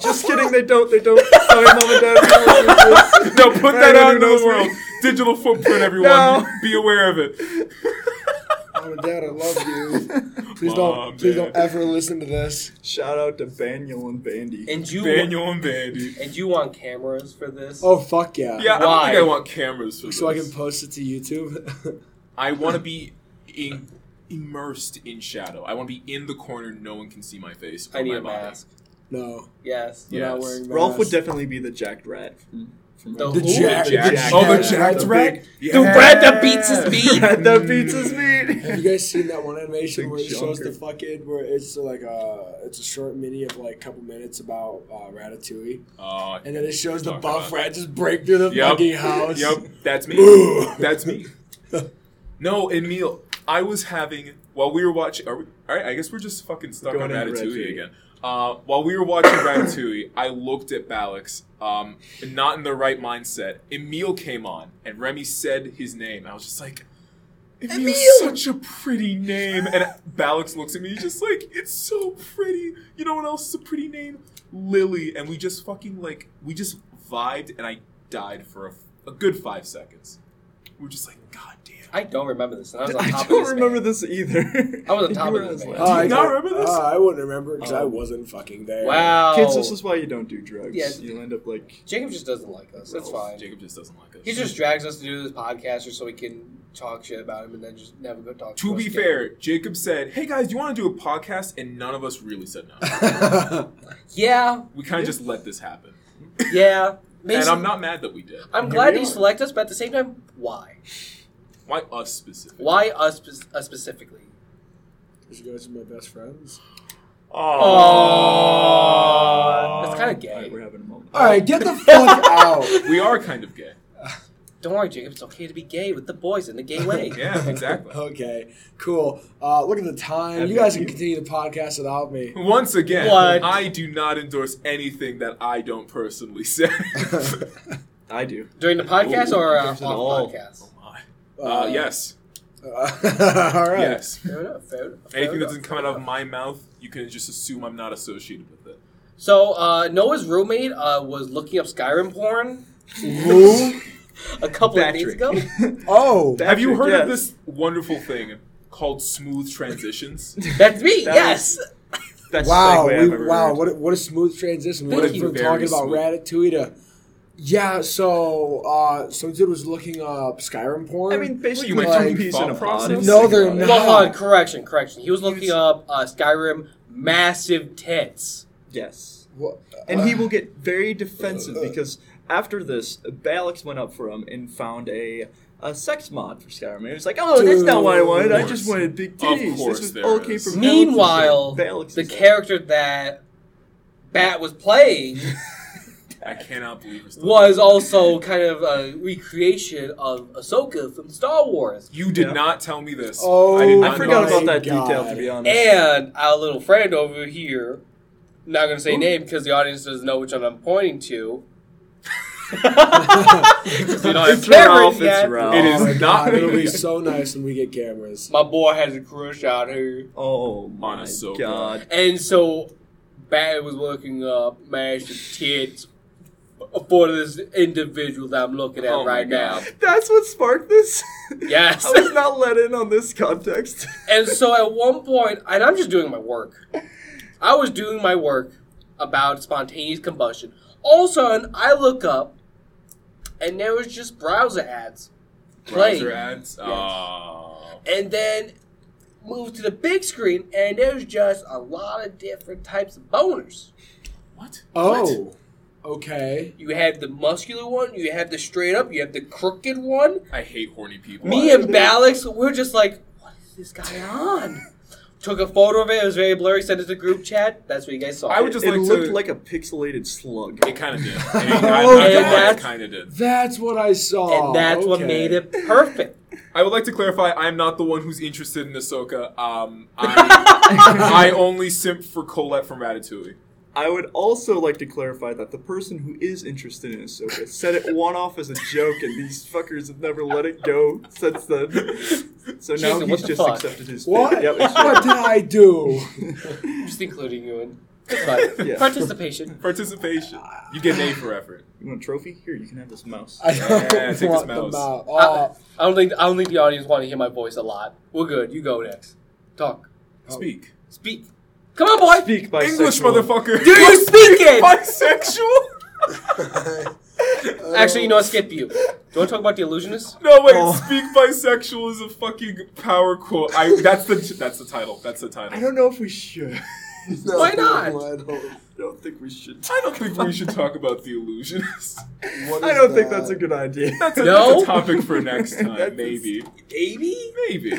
B: Just kidding. They don't. They don't. Sorry, mom and dad.
D: No, put that
B: Everyone
D: out
B: who
D: in the
B: knows me.
D: world. Digital footprint, everyone.
B: No.
D: Be aware of it.
F: Mom and Dad, I love you. Please
D: Mom,
F: don't, please
D: Dad.
F: don't ever listen to this.
B: Shout out to Baniel and Bandy.
C: And you
D: Daniel and Bandy.
C: and you want cameras for this?
F: Oh fuck yeah!
D: Yeah, I don't
C: Why?
D: think I want cameras for
F: So I
D: this.
F: can post it to YouTube.
D: I want to be in, immersed in shadow. I want to be in the corner. No one can see my face. or
C: I need
D: my
C: a
D: body.
C: mask.
F: no,
C: Yes.
F: we're
D: Yes.
F: not wearing masks.
B: Rolf would definitely be the jacked rat. From, from
C: The
F: The
C: Ooh,
F: Jack,
D: the
F: the
D: Jack.
F: Jack-
D: Oh, the
F: Jack-
D: Jack's
F: the
D: rat?
F: big-
C: The rat that beats his meat.
B: Rat that beats his meat.
F: Have you guys seen that one animation
B: Big
F: where it shows the
B: junker.
F: fucking where it's like a it's a short mini of like a couple minutes about uh, Ratatouille,
D: Oh,
F: and then it shows the
D: Talk
F: buff
D: about-
F: rat just break through the
D: Yup.
F: fucking house.
D: Yep, that's me.
F: Ooh.
D: that's me. No, Emil, I was having while we were watching. Are we, all right, I guess we're just fucking stuck
B: Going
D: on
B: into
D: Ratatouille,
B: Ratatouille.
D: again. Uh, while we were watching Ratatouille, I looked at Balix, um, not in the right mindset. Emil came on, and Remy said his name. I was just like, Emil, such a pretty name. And Balix looks at me, he's just like, it's so pretty. You know what else is a pretty name? Lily. And we just fucking like, we just vibed, and I died for a, a good five seconds. We were just like, God damn.
C: I don't remember this. And I was on
B: I
C: top
B: don't
C: of this
B: remember
C: man.
B: this either.
C: I was on
B: You
C: top
B: were
C: of this
B: on his
C: man.
F: Oh,
B: last-
D: Do you
F: I
D: not
F: don't-
D: remember this?
F: oh, I wouldn't remember because I
C: Oh.
F: wasn't fucking there.
C: Wow.
B: Kids, this is why you don't do drugs.
C: Yeah.
B: You'll end up like
C: Jacob just doesn't like us. That's
D: Ralph,
C: fine.
D: Jacob just doesn't like us.
C: He just drags us to do this podcast just so we can talk shit about him and then just never go talk.
D: to
C: us
D: be
C: again.
D: fair, Jacob said, "Hey guys, do you want to do a podcast?" And none of us really said no.
C: yeah,
D: We kind of just let this happen,
C: yeah. Makes-
D: and I'm not mad that we did.
C: I'm
B: Here
C: glad
B: we
C: that you
B: are.
C: select us, but at the same time, why?
D: Why us specifically?
C: Why us, spe- us specifically?
F: These guys are my best friends.
D: Oh,
C: Aww. That's kind of
B: All right,
C: gay.
B: we're having a moment.
F: All right, get the fuck out.
D: We are kind of gay.
C: Don't worry, Jacob. It's okay to be gay with the boys in the gay way.
D: Yeah, exactly.
F: Okay, cool. Uh, look at the time. You guys can continue the podcast without me.
D: Once again,
C: What?
D: I do not endorse anything that I don't personally say. Uh,
B: I do.
C: During the podcast
D: Ooh,
C: or uh,
B: there's
C: off
B: an all.
C: podcast?
D: uh, yes,
F: all right.
D: yes.
C: Fair enough. Fair enough. fair enough,
D: Anything that doesn't
C: fair
D: come out of
C: enough.
D: my mouth, you can just assume I'm not associated with it.
C: So uh, Noah's roommate uh, was looking up Skyrim porn
F: Who?
C: a couple of days ago.
F: Oh,
D: Have you heard
B: yes.
D: of this wonderful thing called smooth transitions?
C: That's me.
B: That
C: yes.
B: That's the
F: wow,
B: segue I've
F: we,
B: ever
F: wow,
B: heard.
F: what a, what a smooth transition.
C: Thank
F: What
C: you.
F: from
D: Very
F: talking about
D: smooth.
F: Ratatouille to yeah. So, uh, some dude was looking up Skyrim porn.
B: I mean, basically,
D: went
F: through
B: like,
F: the
B: piece in
D: thought
B: a
D: process?
B: process.
F: No, they're not.
C: Well,
F: No.
C: hold on, correction, correction. He was looking up uh, Skyrim massive tits.
B: Yes.
F: wha-
B: And he will get very defensive because after this, Balix went up for him and found a, a sex mod for Skyrim. And he was like, oh, that's not what I wanted. I just
D: Of
B: wanted big
D: course.
B: titties.
D: Of course
B: this was
D: there
B: all came
D: is.
B: from Balix's-
C: Meanwhile,
B: Balix's
C: the
B: side.
C: character that Bat was playing
D: I cannot believe it's
C: was also kind of a recreation of Ahsoka from Star Wars.
D: You did
B: Yeah.
D: not tell me this.
F: Oh,
D: I, did
B: I
D: not
B: forgot
D: know
B: about
F: my
B: that detail,
F: God.
B: to be honest.
C: And our little friend over here, not going to say name because the audience doesn't know which one I'm pointing to. We don't have
B: It's
C: cameras
B: Ralph, it's
C: yet.
B: Ralph.
D: It
F: oh
D: is
F: my
D: not
F: God, it'll
D: me.
F: be so nice when we get cameras.
C: My boy has a crush on her.
B: oh,
D: On
B: my
D: Ahsoka.
B: God.
C: And so, Barry was looking up massive tits for this individual that I'm looking at
D: Oh my
C: right now.
D: God.
B: That's what sparked this?
C: Yes.
B: I was not let in on this context.
C: And so, at one point, and I'm just doing my work. I was doing my work about spontaneous combustion. All of a sudden, I look up, and there was just browser ads playing.
D: Browser ads. Oh.
C: and then moved to the big screen, and there's just a lot of different types of boners.
D: What?
F: Oh, okay.
C: You have the muscular one, you have the straight up, you have the crooked one.
D: I hate horny people.
C: Me and Balix, we're just like, what is this guy on? took a photo of it. It was very blurry. Sent it to group chat. That's what you guys saw.
D: I would just
B: it
D: like
B: looked
D: to.
B: like a pixelated slug.
D: it kind of did. I mean, I,
A: Oh,
D: I,
C: and
D: I,
C: that's-
D: kind of did.
F: That's what I saw.
G: Oh,
C: and that's what
F: Okay.
C: made it perfect.
D: I would like to clarify. I'm not the one who's interested in Ahsoka. Um, I, I only simp for Colette from Ratatouille.
B: I would also like to clarify that the person who is interested in Ahsoka said it one off as a joke, and these fuckers have never let it go since then. So now
C: Jason, what
B: he's
C: the
B: just
C: fuck?
B: accepted his fate.
F: What?
B: Yep, it's
F: what did I do?
C: I'm just including you in it's fine.
B: Yeah.
C: participation.
D: Participation. You get an A for effort.
B: You want a trophy? Here, you can have this mouse.
F: I don't
D: Yeah, take his
F: want
D: mouse.
F: them out.
C: I,
F: Oh,
C: I don't think I don't think the audience want to hear my voice a lot. We're good. You go next. Talk.
D: Speak.
C: Speak. Come on, boy.
B: Speak bisexual.
D: English, motherfucker.
C: Do you speak it?
D: bisexual?
C: Actually, you know, what? skip you. Do you want to talk about the illusionist?
D: No wait,
B: Oh.
D: speak bisexual is a fucking power quote. I that's the that's the title. That's the title.
B: I don't know if we should. I
A: No,
C: Why not?
A: no, I don't.
B: don't think we should.
D: I don't think we should talk about the illusionist.
A: What
B: I
A: is
B: don't think
A: that?
B: that's a good idea.
D: That's a,
C: No?
D: that's a topic for next
B: That's-
D: time, maybe.
C: Maybe.
D: Maybe.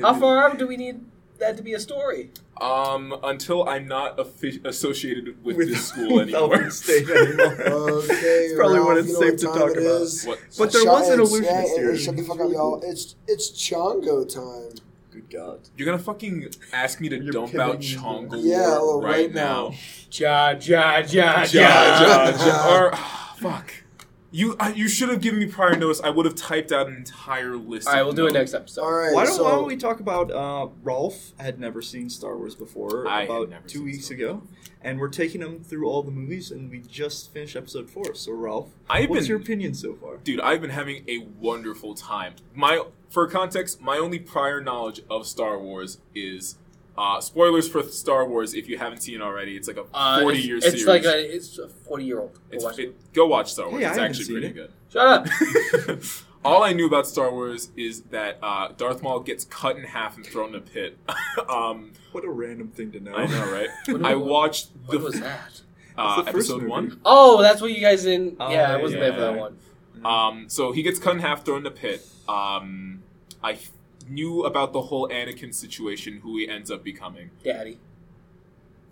C: How far out do we need that to be a story?
D: Um, until I'm not affi- associated with,
B: With-
D: this school
B: with
D: anymore.
B: Elvin State anymore.
A: Okay,
B: It's probably
A: Ralph,
B: what it's
A: you know
B: safe
A: what
B: to
A: time
B: talk
A: it
B: about.
A: is?
D: What?
B: But there was an
A: Shut-
B: illusionist
A: yeah,
B: here.
A: Shut the fuck up, y'all. It's it's Chongo time.
B: Good God.
D: You're gonna fucking ask me to
B: You're
D: dump out
B: pivoting.
D: Chongo
A: Yeah, well,
D: right,
A: right
D: now?
C: Ja ja ja
D: Ja, ja,
A: Ja.
D: ja. Or, ah, fuck. You I, you should have given me prior notice. I would have typed out an entire list.
C: All right,
D: of
C: we'll do it
D: notes.
C: next episode.
A: All right.
B: Why don't,
A: so,
B: why don't we talk about uh, Rolf had never seen Star Wars before
D: I had never
B: about two
D: seen
B: weeks
D: Star
B: ago, and we're taking him through all the movies, and we just finished episode four. So Rolf,
D: I've
B: what's
D: been-
B: your opinion so far?
D: Dude, I've been having a wonderful time. My for context, my only prior knowledge of Star Wars is uh, spoilers for Star Wars. If you haven't seen it already, it's like a
C: Uh,
D: forty
C: it's,
D: year
C: it's
D: series.
C: like a it's a forty year old.
D: It's- it- go watch Star Wars.
B: Hey, I
D: it's
B: haven't
D: actually
B: seen it.
D: pretty good.
C: Shut up.
D: All I knew about Star Wars is that uh, Darth Maul gets cut in half and thrown in a pit. um,
B: What a random thing to know.
D: I know, right?
C: When
D: I
C: was-
D: watched the,
C: What was that?
D: uh,
B: It's the first
D: episode
B: movie.
D: one.
C: Oh, that's what you guys didn't.
B: Oh,
C: yeah, I wasn't there for
D: yeah.
C: that one.
D: Um, so he gets cut in half, thrown in the pit. Um, I f- knew about the whole Anakin situation, who he ends up becoming.
C: Daddy.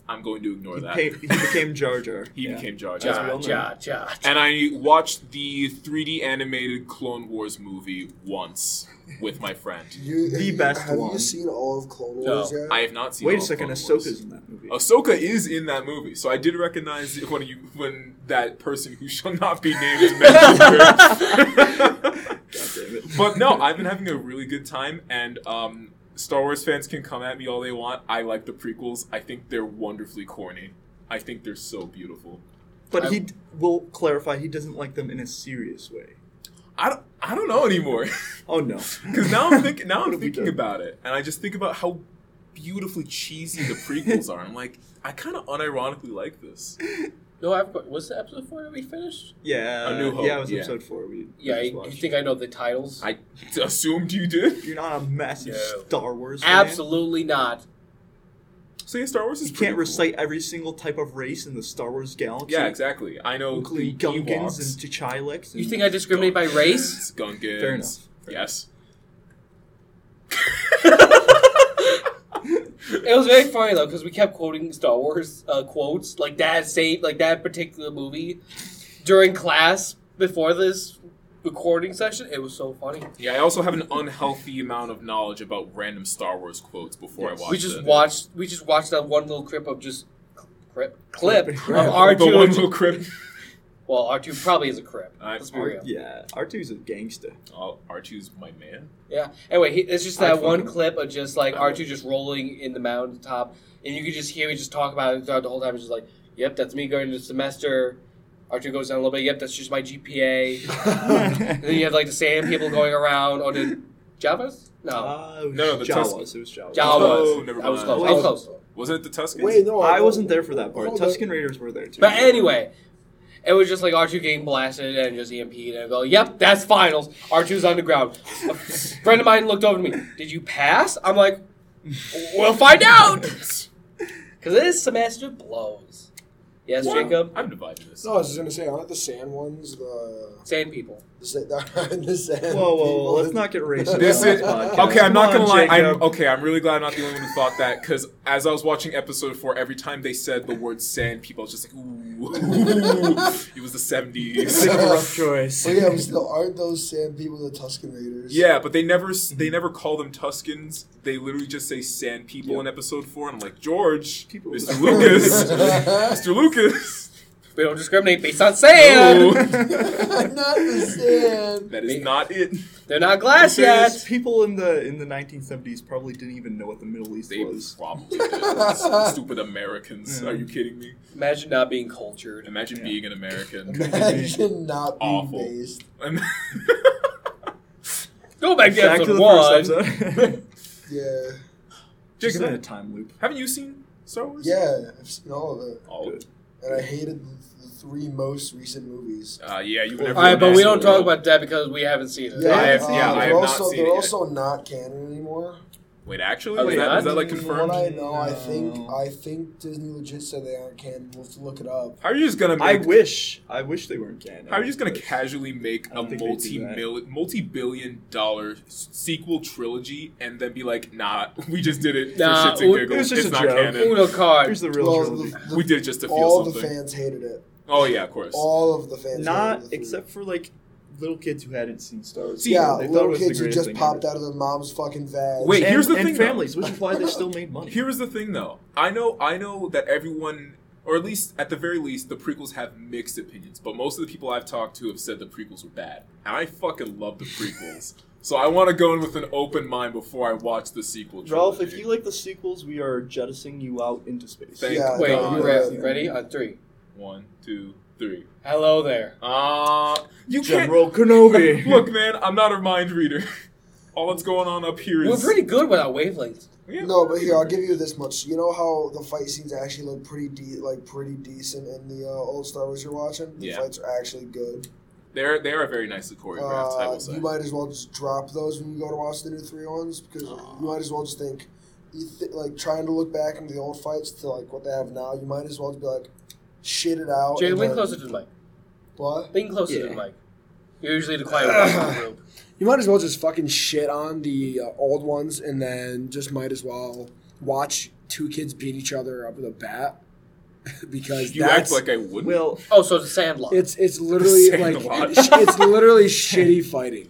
D: I'm going to ignore
B: He,
D: that.
B: pa- he became Jar Jar.
D: He
B: Yeah.
D: became Jar Jar.
B: That's
C: Ja
B: well
C: ja ja.
D: And I watched the 3D animated Clone Wars movie once with my friend.
A: You,
B: The
A: you-
B: best
A: Have
B: one.
A: you seen all of Clone
C: No.
A: Wars yet?
D: I have not seen.
B: Wait a
D: all of
B: second,
D: Clone Wars.
B: Ahsoka's in that movie.
D: Ahsoka is in that movie, so I did recognize it when you when that person who shall not be named mentioned her.
B: God damn it.
D: but no, I've been having a really good time, and um, Star Wars fans can come at me all they want. I like the prequels. I think they're wonderfully corny. I think they're so beautiful.
B: but
C: I-
B: he d- will clarify he doesn't like them in a serious way.
D: I don't, I don't know anymore
B: Oh no.
D: because now I'm thinking now
B: What
D: I'm
B: have we
D: thinking
B: done?
D: about it, and I just think about how beautifully cheesy the prequels are. I'm like, I kind of unironically like this.
C: No, I've got, was the episode four that we finished?
B: Yeah.
D: A New Hope,
B: Yeah, it was
D: yeah.
B: episode four. We we
C: Yeah,
B: just
C: you, you
B: watched.
C: think I know the titles?
D: I assumed you did.
B: you're not a massive
C: No.
B: Star Wars fan.
C: Absolutely not.
D: So yeah, Star Wars is
B: You can't
D: pretty cool.
B: recite every single type of race in the Star Wars galaxy.
D: Yeah, exactly. I know the
B: including Gungans
D: Ewoks,
B: and T'Challeks.
C: You
B: and-
C: think I discriminate by race?
D: Gunkins.
B: Fair enough. Fair
D: Yes.
C: It was very funny though because we kept quoting Star Wars uh, quotes like that same like that particular movie during class before this recording session. It was so funny.
D: Yeah, I also have an unhealthy amount of knowledge about random Star Wars quotes before I watch
C: we just
D: it.
C: watched we just watched that one little clip of just crip, clip
B: Clip.
C: of
B: Clip.
C: uh, R
D: the one little
C: two.
D: crib.
C: Well, R two probably is a crip.
D: I-
C: Let's be
B: R-
C: real.
B: yeah, R2's a gangster.
D: Oh, R2's my man.
C: Yeah. Anyway, he, it's just
B: I
C: that
B: fucking-
C: one clip of just like
D: I-
C: R two just rolling in the mountaintop, and you could just hear me just talk about it throughout the whole time. It's just like, "Yep, that's me going to the semester." R two goes down a little bit. Yep, that's just my GPA. And then you have like the same people going around, or the Javas? No,
B: Uh, it was
D: No, no, the
B: Jawas.
D: Tusken-
B: It was Jawas.
C: Jawas.
D: Oh, never
C: I was
B: uh,
D: mind.
C: close. I was close.
D: Wasn't it the Tuscans?
A: Wait, no,
B: I wasn't there for that part.
A: Hold
B: Tuscan
A: up.
B: Raiders were there too.
C: But anyway, it was just like R two getting blasted and just EMP and I go, "Yep, that's finals." R 2s on the ground. A friend of mine looked over to me. Did you pass? I'm like, "We'll find out." Because this semester blows. Yes,
D: Wow.
C: Jacob.
D: I'm dividing this.
A: No, I was just gonna say, aren't the Sand ones the?
C: Sand people.
A: sit down and send
B: Whoa, whoa, whoa!
A: people
B: Let's
A: in.
B: not get racist.
D: This
B: on
D: is
B: podcast.
D: okay. I'm
B: Come
D: not
B: on,
D: gonna lie. I'm,
B: Jacob.
D: okay, I'm really glad I'm not the only one who thought that because as I was watching episode four, every time they said the word "sand," people was just like, "Ooh, it was the
B: It's a
A: Yeah.
D: '70s."
B: rough choice.
A: But yeah, I'm still aren't those sand people the Tuscan Raiders?
D: yeah, but they never s- they never call them Tuscans. They literally just say "sand people"
B: Yeah.
D: in episode four, and I'm like, George,
B: People-
D: Mr. Lucas, Mr. Lucas.
C: We don't discriminate based on sand.
A: not the sand.
D: That is not it.
C: They're not
B: The
C: glass
B: thing
C: yet.
B: is, people in the in the 1970s probably didn't even know what the Middle East
D: They
B: was.
D: probably did. stupid Americans.
B: Yeah.
D: Are you kidding me?
C: Imagine not being cultured.
D: Imagine
B: Yeah.
D: being an American.
A: Imagine not being
D: Awful.
A: based.
C: Go back
B: Back
C: to
B: to
C: episode
B: the
C: one.
B: first episode.
A: Yeah,
B: Just
D: Jacob,
B: in a time loop.
D: Haven't you seen Star Wars?
A: yeah, I've seen all of it,
D: All of it.
A: and I hated the, the three most recent movies.
D: Uh, yeah, you.
C: All right, but we don't talk about that because we haven't seen it.
D: Yeah. I have-
A: uh,
D: yeah, I
A: they're
D: have not
A: also
D: seen
A: they're
D: it yet.
A: also not canon anymore.
D: Wait, actually,
C: Are
D: is
C: they
D: that, is
C: not?
D: that like
A: From
D: confirmed?
A: What
D: How
A: I know, I think
B: No.
A: I think Disney legit said they aren't canon. We'll have to look it up.
D: are you just gonna
B: I
D: make?
B: wish. I wish they weren't canon.
D: How are you just gonna
B: But-
D: casually make
B: I
D: a
B: don't think they do
D: multi multi billion dollar s- sequel trilogy and then be like, nah, we just did it
C: Nah,
D: for shits and
C: it
D: giggles.
B: was just
D: it's
B: a
D: not
B: joke.
D: canon.
C: Uno card.
B: Here's the real
A: Well,
B: trilogy.
A: the-
D: We did it just to feel
A: all the
D: something.
A: fans hated it.
D: oh yeah, of course.
A: All of the fans. hated the
B: Not
A: three.
B: except for like little kids who hadn't seen Star Wars.
D: See,
A: yeah,
B: They thought it
A: little
B: was the
A: kids who
B: greatest
A: just
B: thing
A: popped
B: ever.
A: out of their mom's fucking vag.
D: Wait,
B: and,
D: here's the
B: and
D: thing, though.
B: families, which is why they still made money.
D: Here's the thing, though. I know, I know that everyone, or at least at the very least, the prequels have mixed opinions. But most of the people I've talked to have said the prequels were bad, and I fucking love the prequels. so I want to go in with an open mind before I watch the sequel.
B: Ralph, if
D: trilogy.
B: you like the sequels, we are jettisoning you out into space.
D: Thank
A: Yeah,
C: Wait,
D: God.
C: you ready? ready? On three.
D: one, two, three.
C: Hello there.
D: Uh you
B: General
D: can't.
B: Kenobi.
D: Look, man, I'm not a mind reader. All that's going on up here
C: We're
D: is
C: pretty good without wavelengths.
D: Yeah.
A: No, but here I'll give you this much. You know how the fight scenes actually look pretty de- like pretty decent in the uh, old Star Wars you're watching. The
D: Yeah.
A: fights are actually good.
D: They're they are very nicely choreographed. I
A: Uh,
D: will say.
A: you might as well just drop those when you go to watch the new three ones because you might as well just think, you th- like trying to look back into the old fights to like what they have now. You might as well be like, shit it out.
C: Jay,
A: and
C: lean
A: then-
C: closer to the mic.
A: What?
C: Lean closer to
B: Yeah.
C: the mic. You're usually the quiet one in the group.
A: You might as well just fucking shit on the uh, old ones and then just might as well watch two kids beat each other up with a bat because
D: you act
A: that's
D: like I wouldn't.
B: Well,
C: Oh, so it's a sandlot.
A: It's it's literally
D: Saying a
A: like
D: lot.
A: it's, it's literally shitty fighting.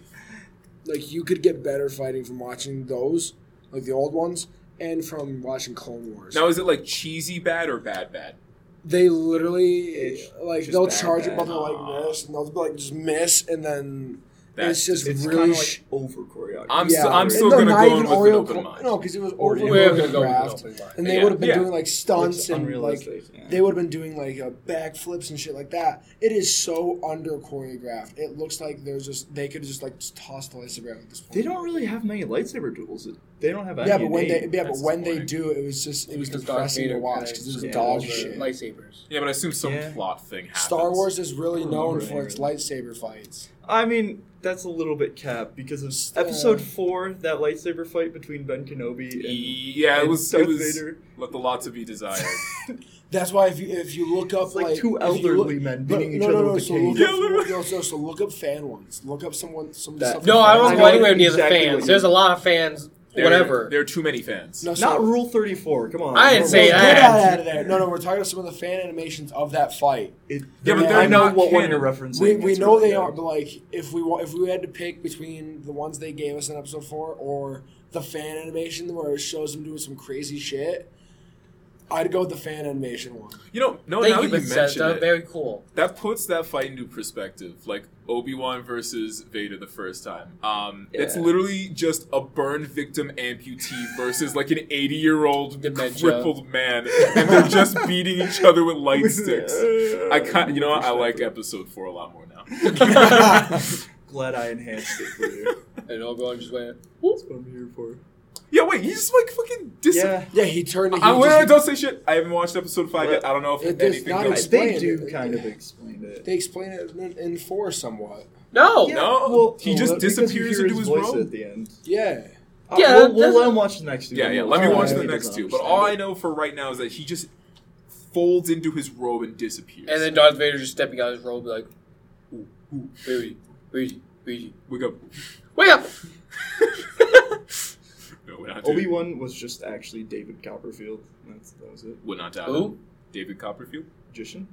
A: Like you could get better fighting from watching those, like the old ones, and from watching Clone Wars.
D: now is it like cheesy bad or bad bad?
A: They literally
B: It's
A: like
B: just
A: they'll
B: bad,
A: charge
B: bad.
A: up on the like this, and they'll be like just miss, and then it's just
B: it's kind
A: really.
B: of
A: sh-
B: like over choreographed.
D: I'm
A: yeah,
D: so, I'm
A: And
D: still
A: they're
D: gonna
A: not
D: go
A: even
D: in with an
A: Oreo
D: open
A: cor-
D: mind.
A: No, because it was over
B: Oreo
C: We're gonna go with an
A: choreographed,
C: open mic.
A: and they
D: Yeah,
A: would have been
D: yeah.
A: doing like stunts
B: It's
A: and like
B: unrealistic. yeah.
A: They would have been doing like uh, backflips and shit like that. It is so under choreographed. It looks like there's just they could just like just toss the lysograph at this point.
B: They don't really have many lightsaber duels. They don't have any.
A: Yeah, but when they
B: name.
A: yeah, but
D: That's
A: when they
D: disappointing.
A: do, it was just it was
C: Because Darth
A: depressing to
C: Vader
A: watch
C: kinda
A: because it was
B: Yeah,
A: dog
C: the
B: it's
A: shit.
C: Lightsabers.
D: Yeah, but I assume some
B: Yeah.
D: plot thing happens.
A: Star Wars is really
B: I don't
A: known
B: remember
A: for its
B: any of
A: lightsaber fights.
B: I mean, that's a little bit capped because of
A: Still.
B: episode four, that lightsaber fight between Ben Kenobi and,
D: Yeah, it
B: and
D: was.
B: Darth
D: It was
B: Vader.
D: left a lot to be desired.
A: That's why if you if you look up
B: It's like,
A: like
B: two
A: if you
B: elderly
A: look-
B: men
A: no,
B: beating
A: no,
B: each
A: no,
B: other
A: no,
B: with
A: so
B: a cane.
A: look
D: Yeah,
A: up, no, so, so look up fan ones. Look up someone some
B: That-
A: stuff.
C: No, I
B: was
C: won't
A: fan
B: know
C: go
A: ones.
C: anywhere near the
B: exactly what
C: fans.
B: you
C: There's a
B: mean.
C: lot of fans.
D: There-
C: Whatever.
D: There are too many fans.
A: No, so-
B: Not Rule Thirty Four. Come on.
C: I didn't say
A: Get
C: that.
A: out of there. No, no, we're talking about some of the fan animations of that fight.
B: It,
D: Yeah,
A: but they're
B: I know
D: not
B: what one
D: canon.
B: you're referencing.
A: We, we
B: It's
A: know
B: really
A: they
B: good.
A: aren't, but like if we wa- if we had to pick between the ones they gave us in episode four or the fan animation where it shows them doing some crazy shit, I'd go with the fan animation one.
D: You know, no.
C: Thank
D: now
C: you,
D: that you mention
C: Bethesda.
D: it,
C: Very cool.
D: that puts that fight into perspective. Like Obi Wan versus Vader the first time. Um, it's
B: Yeah.
D: literally just a burned victim amputee versus like an eighty-year-old
C: Dementia.
D: crippled man, and they're just beating each other with light sticks. I kind, you know, what? I like episode four a lot more now.
B: Glad I enhanced it for you.
C: And it all going just went.
B: That's what I'm here for.
D: yeah, wait, he's just like fucking dis.
B: Yeah,
A: Yeah, he turned. He
D: I, wait,
A: just-
D: wait, don't say shit. I haven't watched episode five yet. I don't know if
A: It does
D: anything
A: not
D: goes.
A: ex-
B: they
A: Explain
B: do
A: it.
B: kind of explain it.
A: they explain it in, in four somewhat.
C: No.
B: Yeah,
D: Oh, No,
B: well,
D: he just
B: because you
D: disappears
B: hear
D: into his
B: voice
D: room.
B: at the end.
A: Yeah,
B: Uh,
C: Yeah,
B: we'll, we'll
C: that's-
B: let him watch the next two.
D: yeah, yeah. Let me
A: Alright.
D: watch the
A: He
D: next two. But all I know for right now is that he just folds into his robe and disappears.
C: And then Darth Vader just stepping out of his robe, like, ooh, ooh, baby, Luigi, Luigi,
D: Wake up.
C: wake up!
D: no, we're
C: Oh,
D: not
B: Obi
D: doing
B: Wan was just actually David Copperfield. That's, that was it.
D: We're not down.
C: Who?
D: David Copperfield.
B: Magician.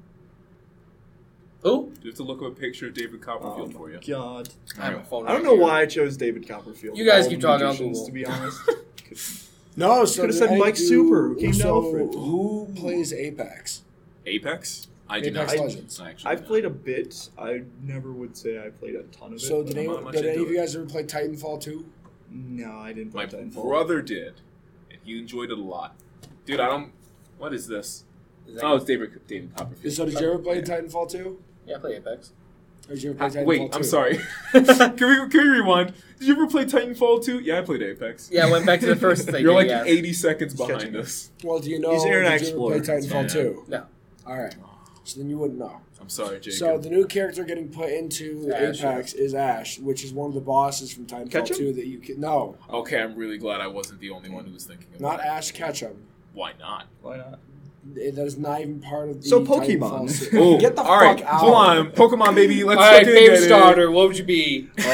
C: Who?
D: You have to look up a picture of David Copperfield for you.
B: Oh God.
C: Oh, I have a phone.
B: I don't
C: right
B: know
C: here.
B: why I chose David Copperfield.
C: You guys
B: All
C: keep
B: the
C: talking, I'll
B: magicians,
C: Google.
B: To be honest,
F: No, so
B: Could've said
F: I
B: Mike
F: do-
B: Super, who came to
F: so
B: Alfred.
F: Who plays Apex?
D: Apex. I do
F: Apex
D: not.
F: Legends.
D: I actually
B: I've
D: know.
B: played a bit. I never would say I played a ton of it.
F: So
B: but-
F: did,
D: I'm not
F: anyone,
D: much
F: did any
D: into
F: of you
D: it.
F: guys ever play Titanfall 2?
B: No, I didn't play
D: My
B: Titanfall.
D: brother did, and he enjoyed it a lot. Dude, I don't. What is this?
C: Is that-
D: Oh, it's David David Copperfield.
F: So did you ever play Titanfall 2?
C: Yeah, I play Apex.
F: Or did you ever play
D: Ha-
F: Titanfall
D: Uh, wait,
F: 2?
D: I'm sorry. can we can we rewind? Did you ever play Titanfall 2? Yeah, I played Apex.
C: Yeah, I went back to the first thing,
D: You're like
C: yes.
D: 80 seconds
B: He's
D: behind
B: catching up.
D: us.
F: Well, do you know
B: He's
F: did you
B: Aaron
F: ever
B: Explorer.
F: play Titanfall
D: Yeah.
F: 2?
C: No.
F: All right. So then you wouldn't know.
D: I'm sorry, Jacob.
F: So the new character getting put into
C: Ash,
F: Apex is Ash, which is one of the bosses from Titanfall
B: Ketchum?
F: 2 that you can no,
D: okay, I'm really glad I wasn't the only one who was thinking of
F: not
D: that.
F: Ash Ketchum.
D: Why not?
B: Why not?
F: It- That is not even part of the
B: So Pokemon.
F: Titanfall series.
D: Oh,
F: Get the
D: all right,
F: fuck out.
D: Hold on, Pokemon baby. Let's
C: All right,
D: fucking
C: favorite
D: get it.
C: starter, what would you be?
B: Oh,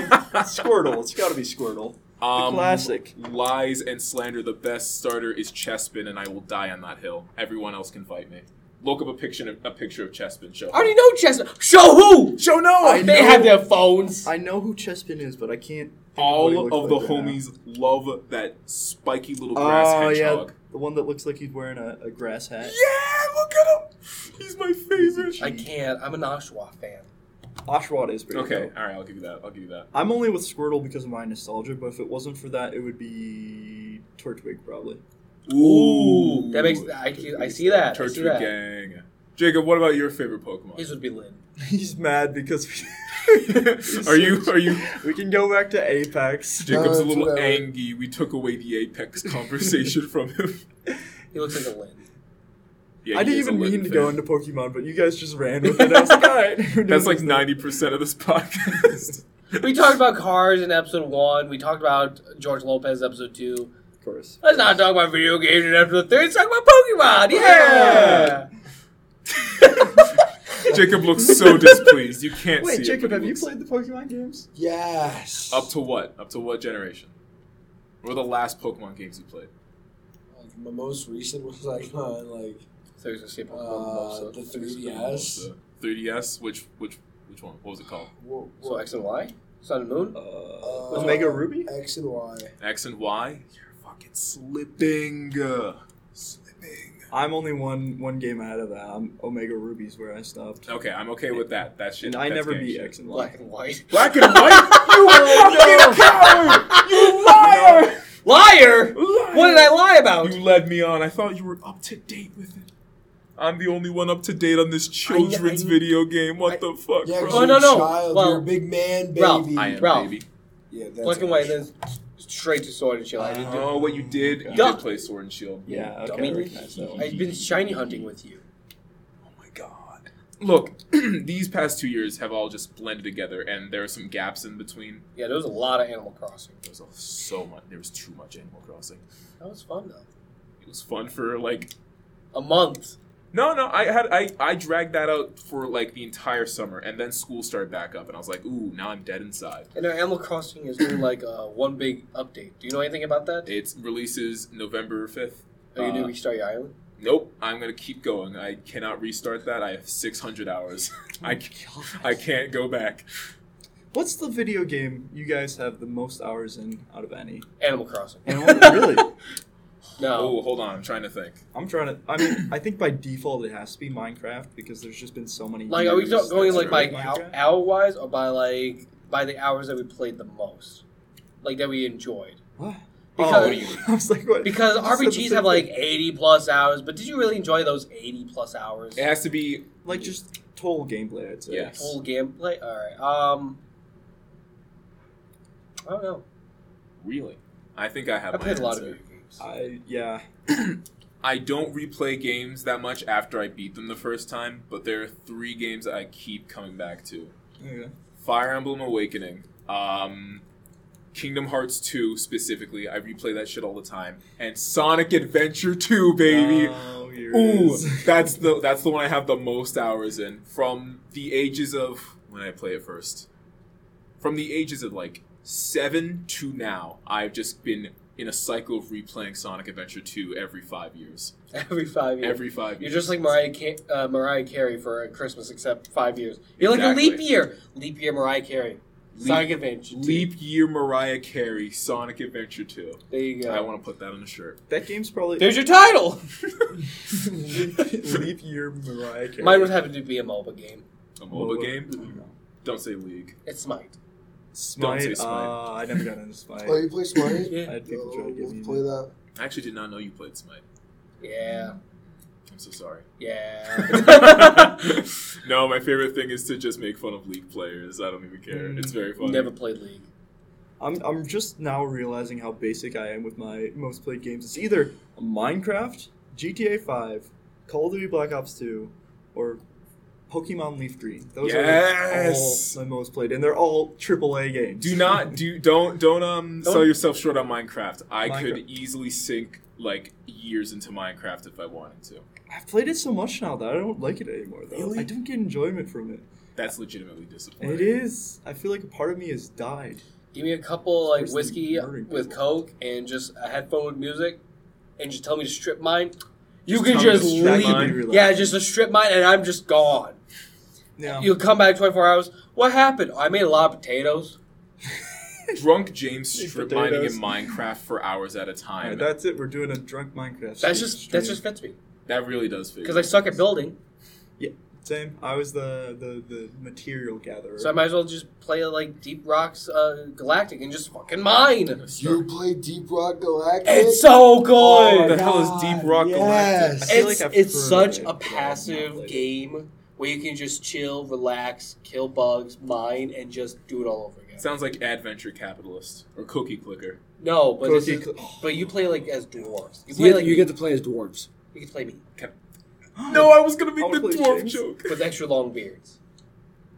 B: I- Squirtle. It's got to be Squirtle.
D: Um,
B: classic.
D: Lies and slander. The best starter is Chespin, and I will die on that hill. Everyone else can fight me. Look up a picture of a picture of Chespin. Show.
C: I already know Chestnut. Show who?
F: Show no.
C: they have their phones.
B: I know who Chespin is, but I can't. think of what he
D: All
B: looks
D: of
B: like
D: the
B: right now.
D: homies love that spiky little grass
B: Oh yeah,
D: hedgehog.
B: the one that looks like he's wearing a, a grass hat.
D: look at him. He's my favorite.
C: I can't. I'm an Oshawa fan.
B: Oshawott is pretty
D: Okay,
B: dope.
D: all right, I'll give you that. I'll give you that.
B: I'm only with Squirtle because of my nostalgia, but if it wasn't for that, it would be Tortwig probably.
D: Ooh,
C: That makes I, I see that. I see
D: Turtwig
C: that.
D: gang. Jacob, what about your favorite Pokemon?
C: His would be Lynn.
B: He's mad because
D: are you are you
B: we can go back to Apex.
D: Jacob's a
F: it's
D: little
F: whatever.
D: angry. We took away the Apex conversation from him.
C: He looks like a Lynn.
D: Yeah,
B: I
D: he
B: didn't
D: is a
B: even mean
D: Legend
B: to
D: fan.
B: go into Pokemon, but you guys just ran with it. I was like, all right. we're doing
D: That's like
B: this
D: ninety percent of this podcast.
C: We talked about cars in episode one. We talked about George Lopez in episode two.
B: thing. Of course.
C: Let's not talk about video games in episode three. Let's talk about Pokemon. Yeah.
D: Jacob looks so displeased. You can't see.
B: Wait,
D: it,
B: Jacob,
D: but he
B: have you
D: looks-
B: played the Pokemon games?
F: Yes.
D: Up to what? Up to what generation? What were the last Pokemon games you played?
F: like, my most recent was like on like
C: So he's gonna skip
F: uh,
C: Pokemon.
F: the
C: So-
F: 3DS.
D: 3DS. Which which which one? What was it called?
F: Whoa,
C: So
F: whoa.
C: X and Y, Sun and Moon.
B: Uh,
F: Uh,
B: Omega Ruby?
F: X and Y.
D: X and Y. You're fucking slipping. Uh, Slipping.
B: I'm only one one game out of that. I'm Omega Rubies where I stopped.
D: Okay, I'm okay with that. That shit.
B: And I
D: that's
B: never
D: gang
B: beat
D: shit.
B: X and Y.
C: Black and white.
D: Black and white. you are a fucking coward. You liar.
C: Liar.
D: liar.
C: What did I lie about?
D: You led me on. I thought you were up to date with it. I'm the only one up to date on this children's
C: I-
D: video game. What
C: I-
D: the fuck,
F: Yeah, 'cause
D: bro?
C: Oh,
F: you're
C: no,
F: a
C: no.
F: Child,
C: Well,
F: you're a big man,
C: Ralph,
F: baby.
D: I am
C: Ralph.
D: baby.
F: Yeah, that's
C: Black and white, then straight to sword and shield. I didn't do.
D: Oh, what you did? You
C: Duh.
D: did play Sword and Shield.
B: Yeah, okay.
C: dummy.
B: I recognize that one.
C: I've been shiny hunting with you.
D: Oh my god. Look, these past two years have all just blended together, and there are some gaps in between.
C: Yeah, there was a lot of Animal Crossing.
D: There was so much. There was too much Animal Crossing.
C: That was fun though.
D: It was fun for like.
C: A month.
D: No, no. I had I I dragged that out for like the entire summer, and then school started back up, and I was like, ooh, now I'm dead inside.
C: And now Animal Crossing is really like uh, one big update. Do you know anything about that?
D: It releases November fifth.
C: Are you
D: Uh,
C: gonna restart your island?
D: Nope, I'm gonna keep going. I cannot restart that. I have 600 hours. I can't, I can't go back.
B: What's the video game you guys have the most hours in out of any?
C: Animal Crossing.
B: And what- really?
D: Oh,
C: No.
D: hold on. I'm trying to think.
B: I'm trying to. I mean, I think by default it has to be Minecraft because there's just been so many.
C: Like, are we
B: years
C: go- going
B: that's
C: like by
B: been
C: hour,
B: Minecraft.
C: hour wise or by like by the hours that we played the most, like that we enjoyed?
B: What?
D: Oh, what
C: Because-
D: do you?
B: I was like, what?
C: Because
B: You said the
C: RPGs
B: same
C: have like
B: thing.
C: eighty plus hours, but did you really enjoy those eighty plus hours?
D: It has to be.
B: like just total gameplay. I'd say.
D: Yes.
C: Full gameplay. All right. Um. I don't know.
D: Really? I think I have.
C: I
D: my
C: played a lot of
D: answer.
C: video games.
B: I yeah.
D: I don't replay games that much after I beat them the first time, but there are three games that I keep coming back to:
B: Okay.
D: Fire Emblem Awakening, um, Kingdom Hearts 2 specifically. I replay that shit all the time, and Sonic Adventure 2, baby.
B: Oh, here it
D: Ooh,
B: is.
D: that's the that's the one I have the most hours in from the ages of when I play it first. From the ages of like seven to now, I've just been in a cycle of replaying Sonic Adventure 2 every five years.
C: Every five years.
D: Every five
C: You're
D: years.
C: just like Mariah, Ca- uh, Mariah Carey for Christmas, except five years. You're like a
D: Exactly.
C: leap year. Leap year Mariah Carey. Sonic
D: Leap-
C: Adventure.
D: Leap Year Mariah Carey, Sonic Adventure 2.
C: There you
D: I
C: go.
D: want to put that on a shirt.
B: That game's probably
C: There's your title.
B: leap year Mariah Carey.
C: Mine would happen to be a MOBA game.
D: A MOBA
B: MOBA.
D: game? Don't say League.
C: It's Smite.
B: Smite.
D: Don't say Smite.
B: Uh, I never got into Smite.
F: Oh, you play Smite?
C: Yeah.
B: I had people try to
F: Yo,
B: give me.
F: play that.
D: I actually did not know you played Smite.
C: Yeah.
D: I'm so sorry.
C: Yeah.
D: no, my favorite thing is to just make fun of League players. I don't even care. It's very funny.
C: Never played League.
B: I'm I'm just now realizing how basic I am with my most played games. It's either Minecraft, GTA 5, Call of Duty Black Ops 2, or Pokemon Leaf Green. Those
D: Yes!
B: are like all my most played, and they're all AAA games.
D: Do not do don't don't um
B: Don't-
D: sell yourself short on Minecraft. I could
B: Minecraft.
D: easily sink like years into Minecraft if I wanted to.
B: I've played it so much now that I don't like it anymore. Though
D: Really?
B: I don't get enjoyment from it.
D: That's legitimately disappointing.
B: It is. I feel like a part of me has died.
C: Give me a couple like
B: Where's the
C: whiskey
B: murdering
C: with
B: people?
C: Coke and just a headphone with music, and just tell me to strip mine. You
D: Just
C: can
D: tell me to
C: just
D: strip
C: leave.
B: mine?
C: Yeah, just a strip mine, and I'm just gone.
B: Yeah.
C: You'll come back 24 hours. What happened? I made a lot of potatoes.
D: Drunk James strip mining in
B: Potatoes.
D: Minecraft for hours at a
B: All
D: time.
B: right,
D: that,
B: that's it. We're doing a drunk Minecraft.
C: That's just that just fits me
D: really does fit.
C: because I suck at building,
B: same. I was the the, the material gatherer.
C: so I might as well just play like Deep Rocks uh, Galactic and just fucking mine.
F: You play Deep Rock Galactic?
C: It's so good.
D: the hell is Deep Rock
B: I
F: Galactic?
B: feel
C: it's
B: like I've
C: it's
B: heard
C: such
B: of it,
C: a
B: but I've not
C: passive
B: played it.
C: game where you can just chill, relax, kill bugs, mine, and just do it all over again.
D: Sounds like Adventure Capitalist or Cookie Clicker.
C: No, but this
B: Cookie
C: is-
B: cl-
C: but you play like as dwarves. You
G: You,
C: play
G: get,
C: like
G: you get to play as dwarves.
C: you can play me
D: No, I was gonna make
B: I
D: the
B: wanna play
D: dwarf
B: James.
D: joke.
C: with extra long beards.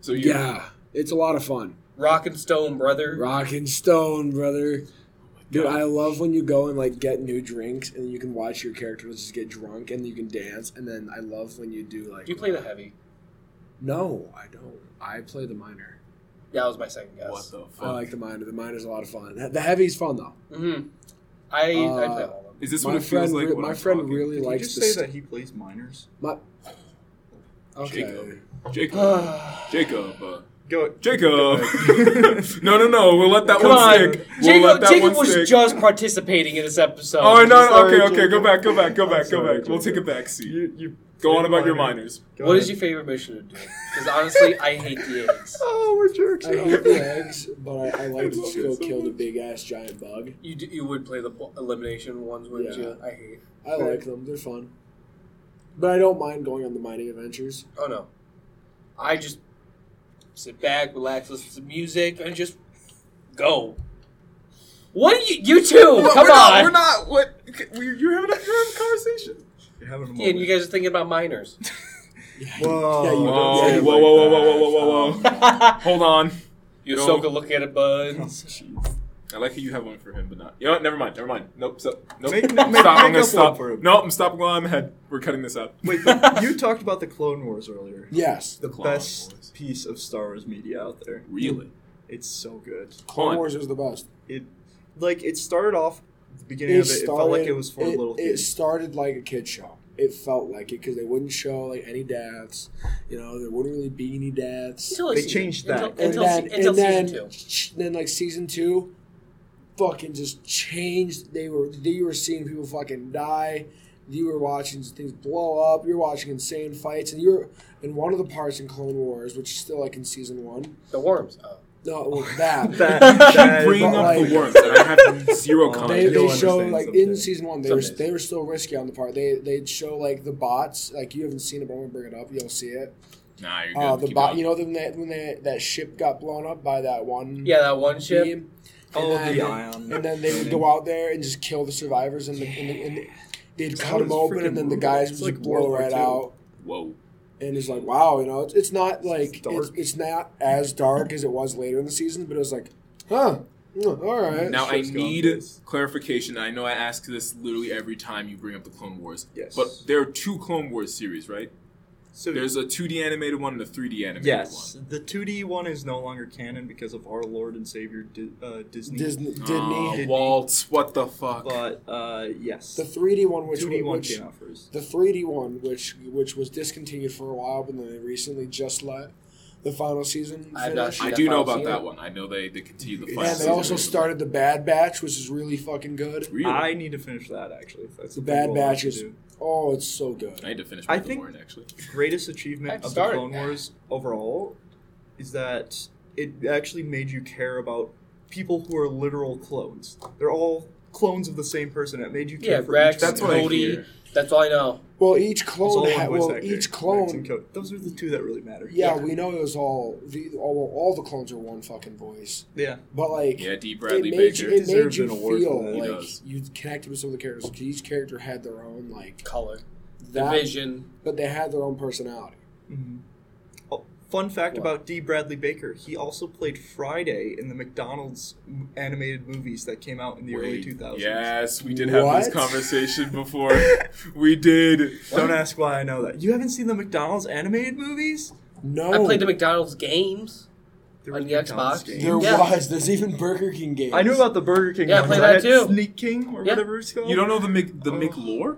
D: So you,
G: Yeah, it's a lot of fun.
C: Rock and stone, brother.
G: Rock and stone, brother. Dude, I love when you go and like get new drinks, and you can watch your characters just get drunk, and you can dance. And then I love when you do like.
C: Do you play the heavy?
G: No, I don't. I play the minor.
C: That was my second guess.
D: what the
F: Oh.
D: fuck?
G: I like the minor. The minor's a lot of fun. The heavy's fun though.
C: Mm-hmm. I I
G: Uh,
C: play all of them.
D: is this
G: my
D: what it feels
G: friend,
D: like?
G: re-
D: when
G: my
D: I'm
G: friend
D: talking?
G: really
B: Did you just
G: likes to.
B: say
G: s-
B: that he plays minors?
G: My, okay.
D: Jacob. Jacob.
C: Ah.
D: Jacob. Uh,
B: Go.
D: Jacob. no, no, no. We'll let that
C: Come
D: one
C: on,
D: stick. We'll let
C: Jacob.
D: that
C: Jacob
D: one
C: was
D: stick.
C: just participating in this episode.
D: Oh no! no,
B: Sorry,
D: okay, okay. Go
B: Jacob.
D: back. Go back. Go
B: I'm
D: back. Go
B: sorry,
D: back. We'll take a
B: Jacob.
D: back seat.
B: You, you
D: Go on about your minors.
B: Go
C: What
B: ahead.
C: is your favorite mission to do? Because honestly, I hate the eggs.
B: Oh, we're jerks.
G: I hate the eggs, but I, I like to
D: love
G: just
D: it
G: go
D: so
G: kill the
D: much.
G: big ass giant bug.
C: You do, you would play the bo- elimination ones, wouldn't
G: Yeah.
C: you? I hate.
G: I like them. They're fun. But I don't mind going on the mining adventures.
C: Oh no, I just sit back, relax, listen to music, and just go. What are you? You two,
D: No,
C: come
D: we're
C: on!
D: Not, we're not. What? We're, you're having a, you're having a conversation.
B: You're having a moment.
C: Yeah, and you guys are thinking about minors.
B: Whoa.
G: Yeah, you don't
D: Whoa,
G: say it
D: whoa,
G: like
D: whoa, whoa, whoa, whoa, whoa, whoa. Hold on.
C: You're
D: No.
C: so good looking at it, bud.
B: Jeez.
D: I like how you have one for him, but not. You know what? Never mind. Never mind. Nope. Stop. Nope.
B: Make-
D: stop.
B: make- make
D: I'm
B: up one
D: gonna stop.
B: for him.
D: Nope. I'm stopping while I'm ahead. We're cutting this out.
B: Wait, but you talked about the Clone Wars earlier.
G: Yes.
B: The
D: Clone
B: best
D: Wars.
B: piece of Star Wars media out there.
D: Really?
B: It's so good.
G: Clone
D: Fun.
G: Wars is the best.
B: It, like, it started off the beginning of it. it felt like it was for
G: it,
B: little
G: It
B: kids.
G: started like a kid show. It felt like it because they wouldn't show like any deaths. You know, there wouldn't really be any deaths.
C: Until like
B: They
C: season-
B: changed that.
G: And
C: Until, until,
G: then,
C: se- until
G: and then,
C: season two.
G: sh- then like season two, fucking just changed. They were you were seeing people fucking die. You were watching things blow up. You're watching insane fights, and you're in one of the parts in Clone Wars, which is still like in season one.
C: The worms. Oh.
G: No, well, that.
B: That,
D: Keep
B: that
D: bringing
G: but
D: up
G: like-
D: the worms, and I have zero
G: they,
D: comment.
G: they
B: You'll
G: show
B: understand
G: like
B: someday.
G: in season one they were,
C: Someday.
G: they were still risky on the part they they'd show like the bots like you haven't seen it but I'm gonna bring it up you'll see it
D: Nah, you're good.
G: uh, the
D: Keep
G: bot
D: going.
G: you know when that when they, that ship got blown up by that one
C: Yeah, that one ship.
G: team
B: Oh,
G: and
B: the
G: then,
B: ion.
G: and then they would go out there and just kill the survivors and the, and, the, and the, they'd
B: That
G: cut them
B: was
G: open
B: freaking
G: and then the
B: brutal.
G: guys
B: It's
G: would just
B: like World
G: blow
B: War
G: right
B: II.
G: out
D: Whoa.
G: and it's like wow you know it's, it's not like it's,
B: dark.
G: it's, not as dark as it was later in the season but it was like huh mm, all right
D: Now I
B: shit's gone
D: need
B: place.
D: clarification. I know I ask this literally every time you bring up the Clone Wars.
B: Yes.
D: But there are two Clone Wars series, right?
B: So
D: There's a 2D animated one and a 3D animated
B: yes, the 2D one is no longer canon because of our Lord and Savior Di- uh, Disney.
G: Disney,
D: one.
B: Oh.
G: Disney.
D: Aw, Walt, what the fuck?
B: But uh, yes,
G: the 3D one, which
B: 2D one
G: which-
B: came out first.
G: the 3D one, which which was discontinued for a while, but then they recently just let the final season
C: I have not
G: finish.
C: seen
D: I do know
C: I've
D: about
C: seen
D: that
C: it.
D: one. I know they, they continue the final
G: And they
D: season.
G: also started the Bad Batch, which is really fucking good.
D: Really? I,
B: I need to finish that actually. That's
G: The
B: a big
G: Bad
B: goal I
G: Batch
B: should
G: is
B: do.
G: oh, it's so good.
D: need to finish
B: I
D: Mandalorian,
B: think-
D: actually.
B: greatest
C: I
B: achievement of the
C: started
B: Clone
C: that.
B: Wars overall is that it actually made you care about people who are literal clones. They're all clones of the same person. It made you care
C: Yeah,
B: for
C: Rex,
B: each
D: That's
B: one.
D: what I
C: Cody.
D: hear.
C: That's all I know.
G: Well, each
B: It's all
G: clone,
B: one
G: ha-
B: voice
G: well,
B: actor,
G: each
B: Rex and
G: clone.
B: Cody. Those are the two that really matter.
G: Yeah, we know it was all the all, well, all the clones are one fucking voice,
B: Yeah.
G: but like
D: Yeah, D.
G: it
D: Bradley
G: made you,
D: Baker.
G: it made
B: deserves
G: you
B: an award for
G: feel
B: that.
D: He
G: like
D: does.
G: you connected with some of the characters. 'cause Each character had their own like
C: Color,
G: that,
C: division.
G: but they had their own personality.
B: Mhm. Oh, fun fact
G: What?
B: about D. Bradley Baker: he also played Friday in the McDonald's m- animated movies that came out in the early
D: Wait,
B: 2000s.
D: Yes, we did have this
G: What?
D: conversation before. we did.
B: Don't ask why I know that. You haven't seen the McDonald's animated movies?
G: No,
C: I played the McDonald's games.
B: There
C: On
B: was
C: the
B: McDonald's
C: Xbox?
B: games.
G: There
C: Yeah.
G: was. There's even Burger King games.
B: I knew about the Burger King.
C: Yeah, I
B: ones.
C: played
B: I
C: that
B: had
C: too.
B: Sneak King or
C: Yeah.
B: whatever it's called.
D: You don't know the Mc, the
B: Oh.
D: McLore?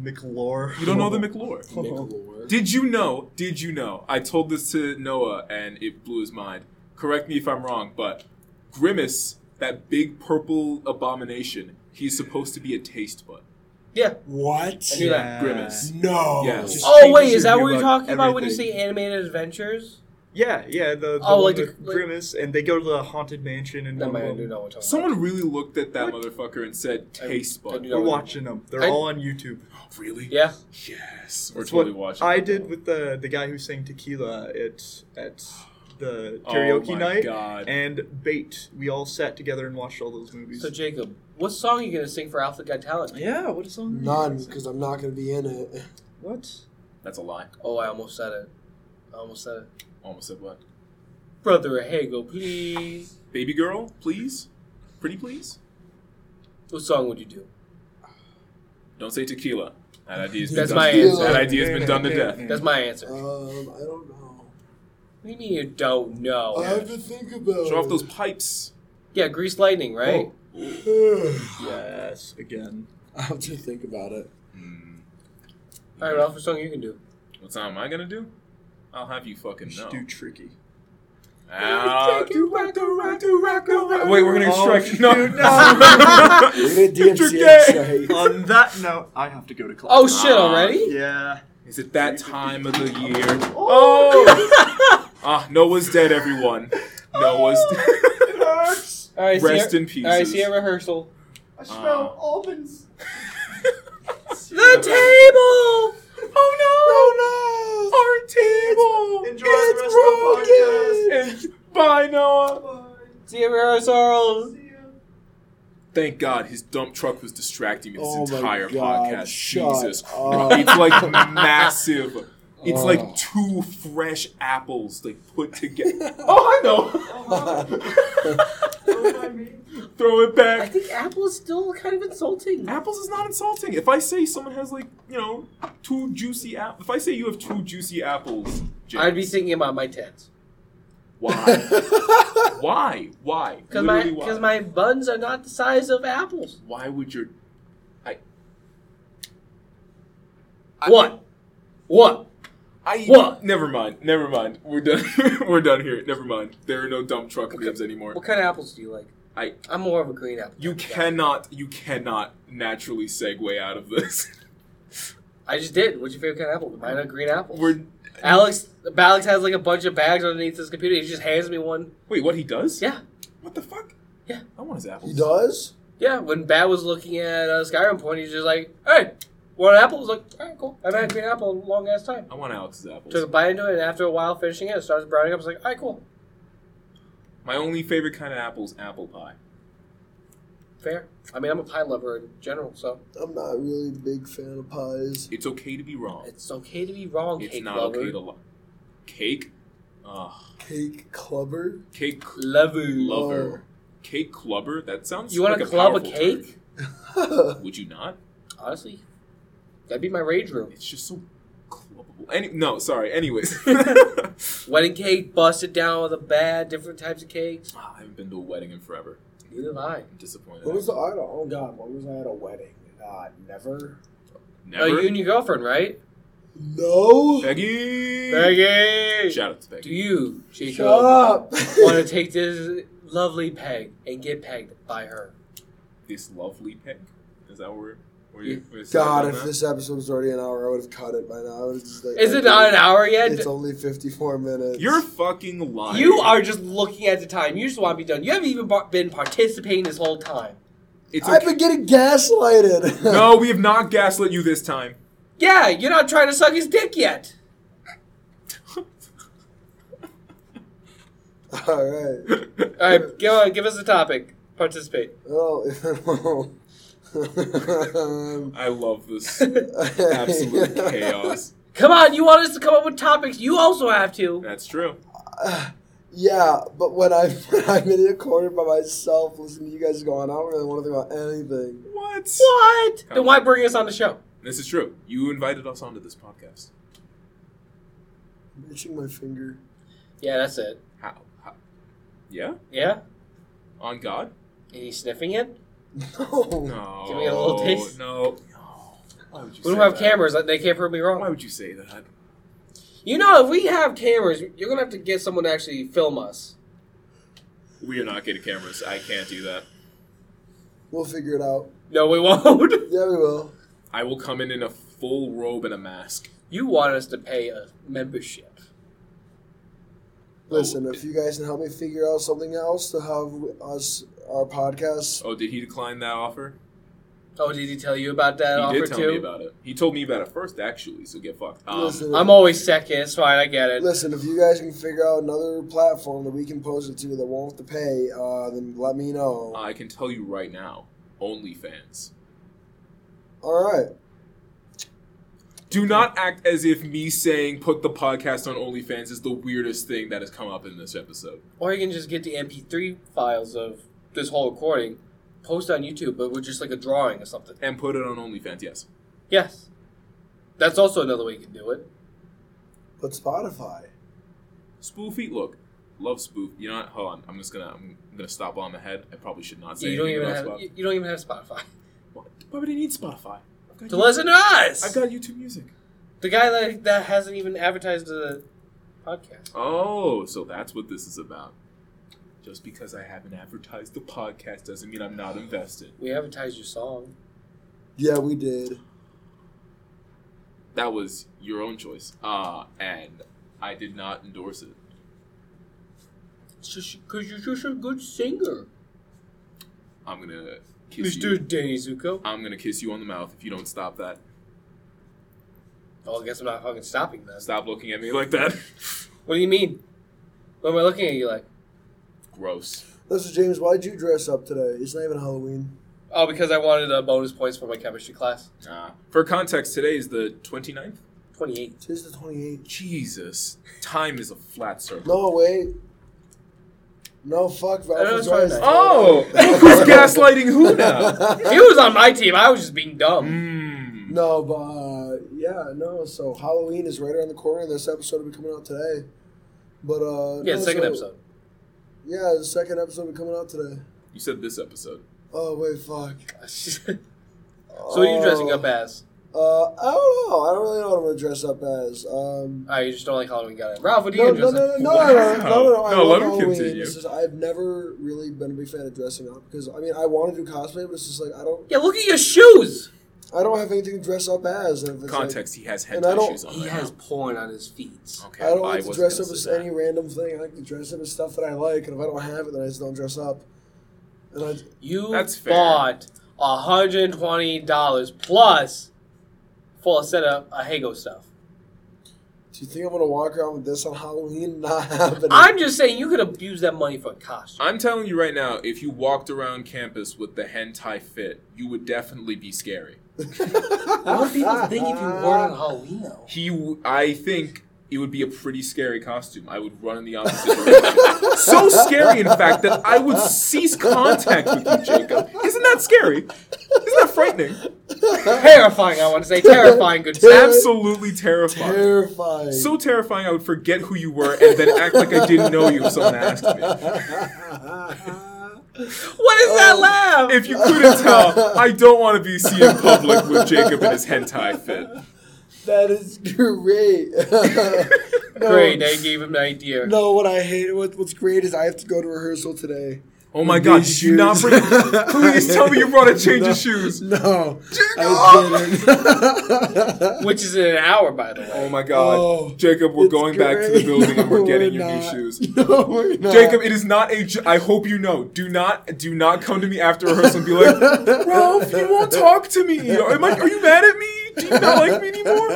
B: McLore.
D: You don't know the McLore?
G: Nickelore.
D: Did you know? Did you know? I told this to Noah and it blew his mind. Correct me if I'm wrong, but Grimace, that big purple abomination, he's supposed to be a taste bud.
C: Yeah.
G: What?
C: I knew that.
D: Grimace.
G: No.
D: Yes.
G: Just-
C: Oh
B: changes
C: wait,
B: your
C: is that
B: view
C: what you're
B: about
C: talking about when you
B: everything.
C: say animated adventures?
B: Yeah, yeah. The, the
C: Oh,
B: one
C: like
B: with
C: the- like-
B: grimace, and they go to the haunted mansion, and one
C: That might
B: of
C: I do
B: them-
C: know what you're talking
D: Someone really looked at that motherfucker and said,
C: I-
D: "Taste
C: I do
D: bud."
C: know.
B: we're watching them. They're
C: I-
B: all on YouTube.
D: Really?
C: About. Yeah.
D: Yes. We're
B: That's
D: totally
B: what
D: watching.
B: I
D: that.
B: did with the the guy who sang tequila at at the
D: Oh
B: karaoke
D: my
B: night
D: God.
B: and bait. We all sat together and watched all those movies.
C: So Jacob, what song are you gonna sing for Alpha Got Talent?
B: yeah, what a song?
G: None, because I'm not going to be in it.
B: What?
D: That's a lie.
C: Oh, I almost said it. I almost said it.
D: Almost said what?
C: Brother Hagel, please.
D: Baby girl, please. Pretty please.
C: What song would you do?
D: Don't say tequila. That idea's been
C: That's
D: done
C: my
D: to-
G: answer.
D: That idea's been done to death.
C: That's my answer.
G: Um, I don't know.
C: We need you don't know.
G: I
D: Uh,
G: have to think about
D: Show off those pipes.
C: yeah, Grease Lightning,
D: oh.
C: right?
G: those.
B: Yes, again.
G: I have to think about it.
D: Hmm.
C: All right, Ralph, what song you can do?
D: What time am I gonna do? I'll have you fucking
B: We should
D: know.
B: do tricky.
D: Ah,
C: Take it back around to rock around.
D: wait, we're gonna
B: Oh,
D: strike. No,
B: shoot, no.
G: We're going to
D: Tricky.
G: DMCA. right?
B: on that note, I have to go to class.
C: Oh shit! Already?
B: Yeah.
D: Is it that time of the year? Oh, ah, Noah's dead, everyone. Noah's. dead.
C: All right.
D: Rest
C: see ya-
D: in peace.
C: All right. See you at rehearsal.
B: I
D: smell
B: almonds.
C: The table.
D: Oh no! Our table.
B: Enjoy the rest
D: of the podcast. Bye, Noah.
C: See you at rehearsal.
D: Thank God his dump truck was distracting me this
G: Oh my
D: entire
G: God,
D: podcast.
G: shut
D: Jesus
G: up.
D: Christ. It's like massive. It's
G: Oh.
D: like two fresh apples like put together. oh, I know. Throw it
C: I
D: back.
C: think Apple is still kind of insulting.
D: Apples is not insulting. If I say someone has like you know two juicy apples, if I say you have two juicy apples, James,
C: I'd be thinking about my tits
D: why, why, why?
C: because my
D: Literally why?
C: because my buns are not the size of apples.
D: why would your
C: What? What?
D: I
C: What?
D: never mind, never mind. We're done. We're done here. Never mind. There are no dump truck memes anymore.
C: What kind of apples do you like?
D: I.
C: I'm more of a green apple.
D: You cannot. You cannot naturally segue out of this.
C: I just did. What's your favorite kind of apple? Mine are green apples.
D: We're
C: Alex Alex has like a bunch of bags underneath his computer. He just hands me one.
D: wait. What he does?
C: Yeah,
D: What the fuck?
C: Yeah.
D: I want his apples.
G: He does?
C: yeah. When Bat was looking at uh, Skyrim Point, he's just like, "Hey, want an apple?" I was like, "All right, cool. I've had a green apple a long ass time."
D: I want Alex's apples.
C: Took a bite into it, and after a while finishing it, it starts browning up. I was like, "All right, cool,
D: My only favorite kind of apple is apple pie.
C: fair." I mean, I'm a pie lover in general, so
G: I'm not really a big fan of pies.
D: It's okay to be wrong.
C: it's okay to be wrong.
D: It's
C: cake
D: not
C: lover.
D: okay to love. Cake? Ugh.
G: Cake clubber?
D: Cake cl-
C: lover.
G: Oh.
D: lover. Cake clubber? That sounds
C: You want
D: like
C: to club a
D: powerful
C: cake?
D: term. Would you not?
C: Honestly, that'd be my rage room.
D: It's just so Clubbable. Any, no, sorry. Anyways. Ah,
C: Wedding cake, busted down with a bad, different types of cakes.
D: Ah, I haven't been to a wedding in forever.
C: Neither have I.
D: I'm disappointed.
G: When was the I don't, oh god, when was I at a wedding? God, never.
C: Oh,
D: Never.
C: you and your girlfriend, right?
G: No.
D: Peggy.
C: Peggy!
D: Shout out to Peggy.
C: Do you,
G: Shut
C: Chico,
G: up.
C: want to take this lovely peg and get pegged by her?
D: this lovely peg. Is that where? where you, where you said
A: God,
D: about
A: if
D: that?
A: this episode was already an hour, I would have cut it by now. I would've just, like,
C: Is it not an hour yet?
A: It's only 54 minutes.
D: You're fucking lying.
C: You are just looking at the time. You just want to be done. You haven't even bar- been participating this whole time.
D: It's
A: I've
D: okay.
A: been getting gaslighted.
D: no, we have not gaslit you this time.
C: Yeah, you're not trying to suck his dick yet.
A: All right.
C: All right, give, uh, give us a topic. Participate.
A: Well, um,
D: I love this absolute chaos.
C: Come on, you want us to come up with topics. You also have to.
D: That's true.
A: Yeah, but when I'm when I'm in a corner by myself, listening to you guys go on, I don't really want to think about anything.
D: What?
C: What?
D: Come
C: Then why
D: on.
C: bring us on the show?
D: This is true. You invited us onto this podcast.
A: I'm itching my finger.
C: Yeah, that's it.
D: How? How? Yeah?
C: Yeah?
D: On God?
C: And he's sniffing it?
A: No.
D: No.
C: Can we get a little taste?
D: No. No. Why would you
C: We
D: say
C: don't have
D: that?
C: cameras. like, They can't prove me
D: Why
C: wrong.
D: would you say that?
C: You know, if we have cameras, you're going to have to get someone to actually film us.
D: We are not getting cameras. I can't do that.
A: We'll figure it out.
C: No, we won't.
A: Yeah, we will.
D: I will come in in a full robe and a mask.
C: You want us to pay a membership.
A: Listen,
D: Oh,
A: if you guys can help me figure out something else to have us our podcast,
D: Oh, did he decline that offer?
C: Oh, did he tell you about that offer
D: he did tell
C: too?
D: me about it. He told me about it first, actually. So get fucked. Um,
A: listen,
C: I'm always second. It's fine. I get it.
A: listen, if you guys can figure out another platform that we can post it to that won't have to pay, uh, then let me know.
D: I can tell you right now, OnlyFans.
A: All right.
D: Do not act as if me saying put the podcast on OnlyFans is the weirdest thing that has come up in this episode.
C: Or you can just get the MP3 files of this whole recording, post on YouTube, but with just like a drawing or something.
D: And put it on OnlyFans, yes.
C: Yes, that's also another way you can do it.
A: But Spotify.
D: Spoof eat look. Love spoof. You know what? Hold on. I'm just gonna I'm gonna stop on the head. I probably should not say
C: you don't
D: anything
C: even
D: about
C: have
D: Spotify.
C: you, you don't even have Spotify
D: What? Why would I need Spotify? I've got
C: to
D: YouTube-
C: listen to us.
D: I've got YouTube music.
C: the guy that that hasn't even advertised the podcast.
D: Oh, so that's what this is about. Just because I haven't advertised the podcast doesn't mean I'm not invested.
C: We advertised your song.
A: Yeah, we did.
D: That was your own choice. Uh, and I did not endorse it.
C: Because you're just a good singer,
D: I'm gonna kiss you.
C: Mr. Danny Zuko.
D: I'm gonna kiss you on the mouth if you don't stop that.
C: Oh, I guess I'm not fucking stopping this.
D: Stop looking at me like that.
C: What do you mean? What am I looking at you like?
D: Gross.
A: Listen, James, why'd you dress up today? It's not even Halloween.
C: Oh, because I wanted uh, bonus points for my chemistry class.
D: Nah. For context, today is the 29th.
C: 28.
A: Today's the 28th.
D: Jesus, time is a flat circle.
A: No, wait. No, fuck Ralph.
C: know,
A: is
C: it's fine.
A: right.
D: Oh, who's gaslighting who now?
C: If he was on my team, I was just being dumb.
D: Mm.
A: No, but uh, yeah, no. So Halloween is right around the corner. This episode will be coming out today. But uh,
C: Yeah,
A: no,
C: second
A: so-
C: episode.
A: Yeah, the second episode will be coming out today.
D: You said this episode.
A: Oh wait, fuck.
C: so what are you dressing up as?
A: Uh, I don't know. I don't really know what I'm gonna dress up as. Um,
C: Oh, you just don't like Halloween, got it. Ralph, what are you
A: no, no,
C: gonna
A: no,
C: dress
A: no,
C: up?
A: no, no, no, no, no, no. I
D: No,
A: love
D: let him
A: Halloween.
D: continue.
A: It's just, I've never really been a big fan of dressing up because I mean I want to do cosplay, but it's just like I don't,
C: Yeah, look at your shoes.
A: I don't have anything to dress up as. And if it's like,
D: Context: He has
A: And I
D: hentai
A: don't-
D: shoes on.
C: He
D: right
C: has
D: now.
C: porn on his feet.
D: Okay,
A: I don't
D: I
A: like to
D: wasn't
A: dress
D: gonna
A: up
D: say
A: as
D: that.
A: any random thing. I like to dress up as stuff that I like, and if I don't have it, then I just don't dress up. And I,
C: You
D: That's fair.
C: bought hundred and twenty dollars plus for a set of a Hago stuff.
A: do you think I'm gonna walk around with this on Halloween? Not happening.
C: I'm just saying you could abuse that money for a costume.
D: I'm telling you right now, if you walked around campus with the hentai fit, you would definitely be scary.
C: What would people think if you
F: Uh,
C: weren't on Halloween though?
D: He, w- I think, it would be a pretty scary costume. I would run in the opposite direction. so scary, in fact, that I would cease contact with you, Jacob. Isn't that scary? Isn't Isn't that frightening?
C: terrifying. I want to say terrifying. Good sir.
D: Absolutely terrifying.
F: Terrifying.
D: So terrifying, I would forget who you were and then act like I didn't know you if someone asked me.
C: What is
F: Um,
C: that laugh?
D: If you couldn't tell, I don't want to be seen in public with Jacob and his hentai fit.
F: that is great. no,
C: Great, I gave him an idea.
F: No, what I hate, what, what's great is I have to go to rehearsal today.
D: Oh my god, did
F: These
D: you not
F: shoes.
D: bring. Please tell me you brought a change of shoes. Oh
F: No,
D: Jacob!
C: Which is in an hour, by the way.
D: Oh my god.
F: Oh,
D: Jacob, we're
F: it's
D: going back to the
F: great.
D: building and we're
F: No,
D: getting
F: we're
D: your
F: not.
D: new shoes.
F: no, we're not.
D: Jacob, it is not a. j- I hope you know. Do not, do not come to me after rehearsal and be like, Ralph, you won't talk to me. Am I, are you mad at me? Do you not like me anymore?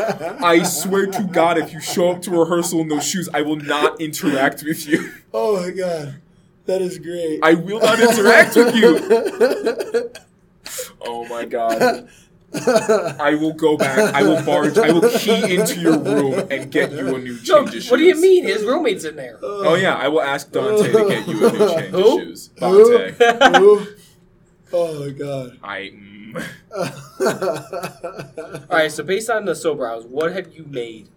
D: I swear to God, if you show up to rehearsal in those shoes, I will not interact with you.
F: Oh my god, that is great.
D: I will not interact with you. Oh my god. I will go back. I will barge. I will key into your room and get you a new change
C: No,
D: of shoes.
C: what do you mean? His roommate's in there.
D: Oh yeah, I will ask Dante to get you a new change of
C: Who?
D: shoes. Dante. Uh,
F: Ooh. Oh my god.
D: I. Mm.
C: All right. So based on the sober hours, what have you made?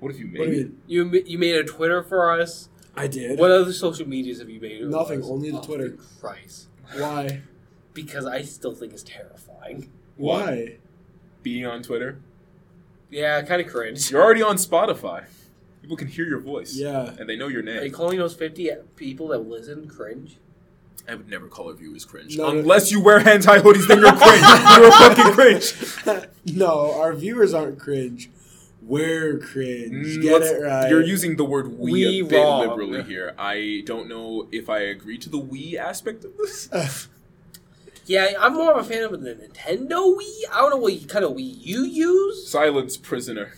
D: What have you
F: What do you
D: made?
F: mean?
C: You ma- you made a Twitter for us.
F: I did.
C: What other social medias have you made? for
F: Nothing,
C: us?
F: only the
C: Oh,
F: Twitter.
C: Christ.
F: Why?
C: Because I still think it's terrifying.
F: Why?
D: Being on Twitter.
C: Yeah, kind of cringe.
D: You're already on Spotify. People can hear your voice.
F: Yeah.
D: And they know your
C: Are you
D: name.
C: calling those 50 people that listen cringe?
D: I would never call our viewers cringe.
F: No, no.
D: Unless you wear hentai hoodies, then you're cringe. you're fucking cringe.
F: No, our viewers aren't cringe. We're cringe.
D: Mm,
F: Get
D: let's-
F: it right.
D: You're using the word we,
C: We
D: a bit
C: wrong.
D: liberally here. I don't know if I agree to the we aspect of this.
C: Yeah, I'm more of a fan of the Nintendo Wii. I don't know what kind of Wii you use.
D: Silence, prisoner.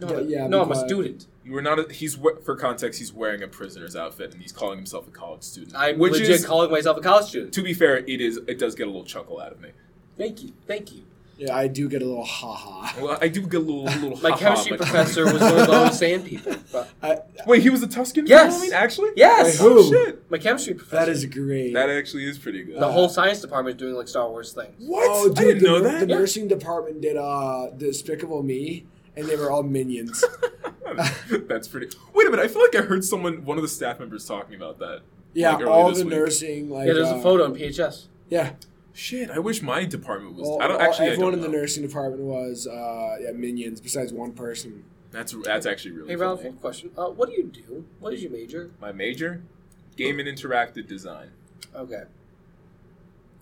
C: No,
F: Yeah,
C: I'm a-
F: yeah,
C: no, I'm a
F: because-
C: student.
D: You were not. A, he's we- for context. He's wearing a prisoner's outfit, and he's calling himself a college student.
C: I'm
D: which
C: legit
D: is,
C: calling myself a college student.
D: to be fair, it is. It does get a little chuckle out of me.
C: Thank you, thank you.
F: yeah, I do get a little ha ha.
D: Well, I do get a little. little
C: My
D: ha-ha,
C: chemistry
D: but-
C: professor was one of those sand people. But-
D: Wait, he was a Tuscan. for
C: Yes.
D: Halloween, actually.
C: yes,
F: Wait,
D: Oh
F: Who?
D: shit.
C: my chemistry professor.
F: That is great.
D: That actually is pretty good.
C: the whole science department is doing like Star Wars things.
D: What?
F: Oh, dude,
D: I didn't
F: the,
D: know
F: nur-
D: that.
F: The nursing department did uh Despicable Me, and they were all minions.
D: That's pretty. Wait a minute. I feel like I heard someone, one of the staff members, talking about that.
F: Yeah,
D: like, earlier
F: all
D: this
F: the
D: week.
F: nursing. Like,
C: Yeah, there's
F: uh,
C: a photo on PHS.
F: Yeah,
D: Shit, I wish my department was.
F: all,
D: I don't
F: all-
D: actually. I
F: everyone
D: don't
F: in
D: know.
F: the nursing department was uh yeah, minions. Besides one person.
D: That's that's actually really.
C: Hey, Ralph,
D: funny.
C: one question. Uh, what do you do? What is your major?
D: My major, game and interactive design.
C: Okay.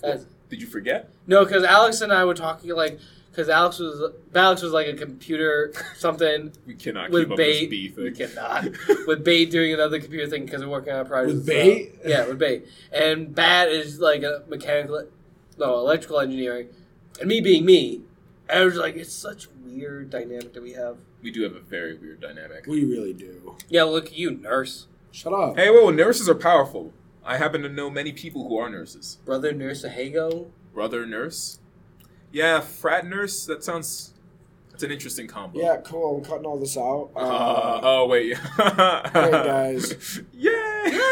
C: That's,
D: Did you forget?
C: No, because Alex and I were talking like because Alex was Alex was like a computer something
D: We cannot keep
C: with
D: up
C: bait.
D: this beef.
C: We cannot with bait doing another computer thing because we're working on a project
F: With
C: so-
F: bait?
C: yeah, with bait. And Bat is like a mechanical, no, electrical engineering, and me being me, I was like, it's such weird dynamic that we have.
D: We do have a very weird dynamic.
F: We really do.
C: Yeah, look at you, nurse,
F: Shut up.
D: Hey, whoa! Nurses are powerful. I happen to know many people who are nurses.
C: brother, nurse, Ahago.
D: Brother nurse. Yeah, frat nurse. That sounds. That's an interesting combo.
F: Yeah, cool. I'm cutting all this out.
D: Uh, oh wait. hey
F: guys.
D: Yay!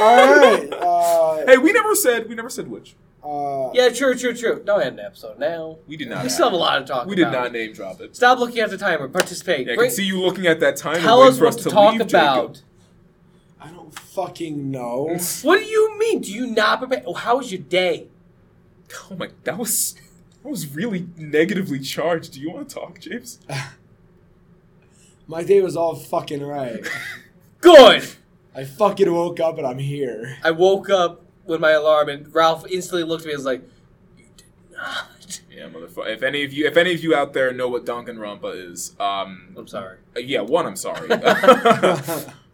F: all right. Uh,
D: Hey, we never said. We never said which.
F: uh,
C: Yeah, true, true, true. Don't end an episode now.
D: We did not.
C: We still have a lot to talk.
D: We did
C: about.
D: not name drop it.
C: Stop looking at the timer. Participate.
D: Yeah, I
C: Bring-
D: can see you looking at that time.
C: Tell
D: and waiting
C: us
D: for
C: what
D: us
C: to, talk
D: leave,
C: about.
D: Jacob.
F: I don't fucking know.
C: What do you mean? Do you not prepare? Oh, How was your day?
D: Oh my, that was that was really negatively charged. Do you want to talk, James?
F: My day was all fucking right.
C: Good.
F: I fucking woke up and I'm here.
C: I woke up with my alarm, and Ralph instantly looked at me and was like, "You did not."
D: Yeah, motherfucker. If any of you, if any of you out there know what Danganronpa is, um,
C: I'm sorry.
D: yeah, one, I'm sorry.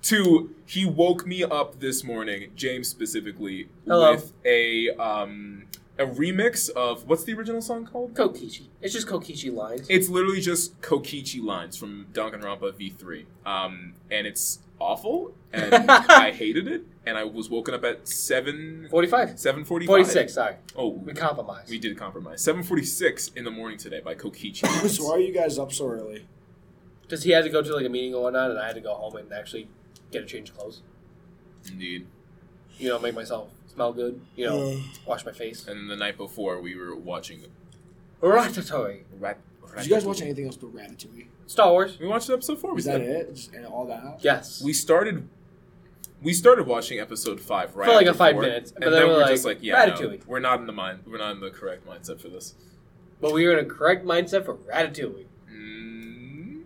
D: Two, he woke me up this morning, James specifically,
C: Hello.
D: with a um a remix of what's the original song called?
C: Kokichi. It's just Kokichi lines.
D: It's literally just Kokichi lines from Danganronpa V3. Um, and it's awful, and I hated it, and I was woken up at 7...
C: 45.
D: 7.45?
C: 46, sorry.
D: Oh,
C: We
D: we,
C: compromised.
D: we did compromise. 7.46 in the morning today by Kokichi lines.
F: so why are you guys up so early?
C: Because he had to go to like a meeting or whatnot, and I had to go home and actually get a change of clothes.
D: Indeed.
C: You know, make myself smell good, you know, wash my face.
D: And the night before, we were watching
C: Ratatouille.
D: Rat.
G: Did you guys watch anything else but Ratatouille?
C: Star Wars.
D: We watched episode four. We
G: Was that
D: said.
G: it? Just, and all that?
C: Yes.
D: We started. We started watching episode five right
C: For like
D: after
C: a five
D: four,
C: minutes,
D: and
C: but
D: then,
C: then
D: we
C: we're
D: were
C: like,
D: just like, yeah, no,
C: Ratatouille.
D: we're not in the mind, we're not in the correct mindset for this.
C: But we were in a correct mindset for Ratatouille.
D: Mm,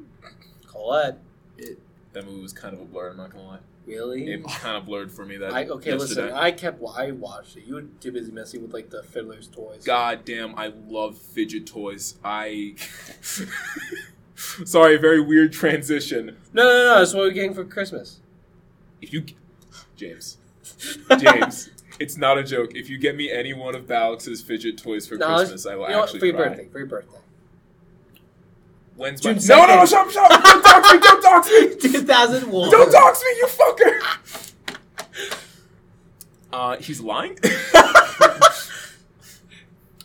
C: Colette.
D: that movie was kind of a blur. I'm not gonna lie,
C: Really?
D: it kind of blurred for me. That
C: I, okay,
D: yesterday.
C: listen. I kept. I watched it. You were too busy messing with like the fiddler's toys.
D: God damn, I love fidget toys. I. Sorry, very weird transition.
C: No, no, no. That's what we're getting for Christmas.
D: If you, James, James, it's not a joke. If you get me any one of Balix's fidget toys for
C: No, it's-
D: Christmas, I will
C: you know, what?
D: actually
C: for your
D: cry.
C: birthday. For your birthday.
D: When's
C: June
D: my? No, no,
C: second.
D: shut up, shut up! Don't dox me! Don't dox me!
C: 2001.
D: Don't dox me, you fucker! Uh, he's lying.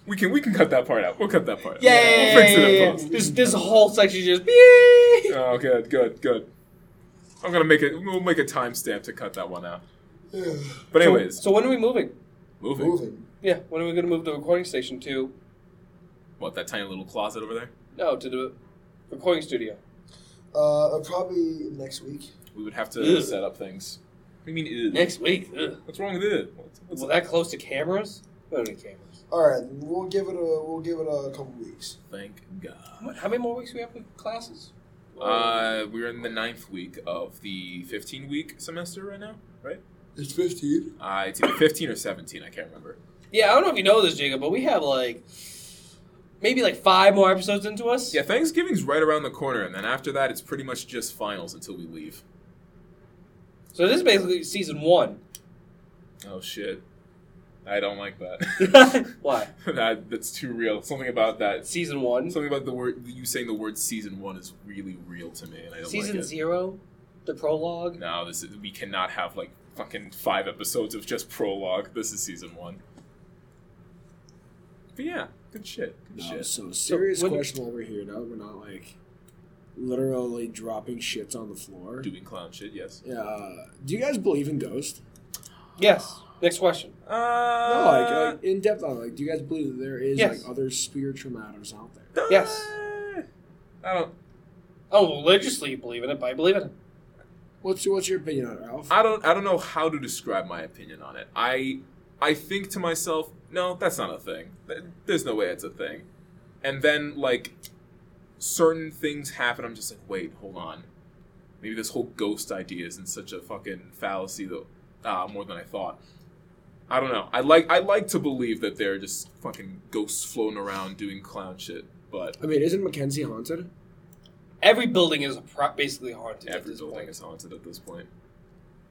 D: we can we can cut that part out. We'll cut that part. out.
C: Yeah,
D: We'll fix it up. folks.
C: This this whole section just. beep.
D: Oh, good, good, good. I'm gonna make a we'll make a timestamp to cut that one out. But anyways,
C: So, so when are we moving?
D: moving.
F: Moving.
C: Yeah, when are we going to move the recording station to?
D: What that tiny little closet over there?
C: No, to the recording studio.
F: Uh, probably next week.
D: We would have to
C: Ugh.
D: set up things. What do you mean? Ew?
C: week. Ugh.
D: What's wrong with it? What's, what's
C: Was that close to cameras? We don't need cameras.
F: All right, we'll give it a we'll give it a couple weeks.
D: Thank God.
C: What- How many more weeks we have with classes?
D: Uh, we're in the ninth week of the 15 week semester right now, right?
F: It's fifteen.
D: Uh, it's either 15 or 17. I can't remember.
C: yeah, I don't know if you know this, Jacob, but we have like maybe like five more episodes into us.
D: Yeah, Thanksgiving's right around the corner, and then after that, it's pretty much just finals until we leave.
C: So this is basically season one.
D: Oh shit. I don't like that.
C: Why?
D: that that's too real. Something about that.
C: Season one.
D: Something about the word you saying the word season one is really real to me, and I don't
C: Season
D: like uh, it.
C: zero. The prologue.
D: No, this is, we cannot have like fucking five episodes of just prologue. This is season one. But yeah, good shit. Good
G: No,
D: shit.
G: so serious
C: when-
G: question over here. No, we're not like literally dropping shits on the floor.
D: Doing clown shit, yes.
G: Uh, do you guys believe in ghosts?
C: Yes. Next question.
D: Uh,
G: no, like, like in depth on it, like, do you guys believe that there is
C: Yes.
G: like other spiritual matters out there?
C: yes.
D: I don't.
C: Oh, religiously you believe in it, but I believe in it.
G: What's your, what's your opinion on it, Ralph?
D: I don't I don't know how to describe my opinion on it. I I think to myself, no, that's not a thing. Th- There's no way it's a thing. And then like certain things happen, I'm just like, wait, hold on. Maybe this whole ghost idea isn't such a fucking fallacy though ah, more than I thought. I don't know. I like I like to believe that they're just fucking ghosts floating around doing clown shit, but
G: I mean, isn't Mackenzie haunted?
C: Every building is pro- basically haunted at
D: every
C: this
D: building
C: point.
D: is haunted at this point.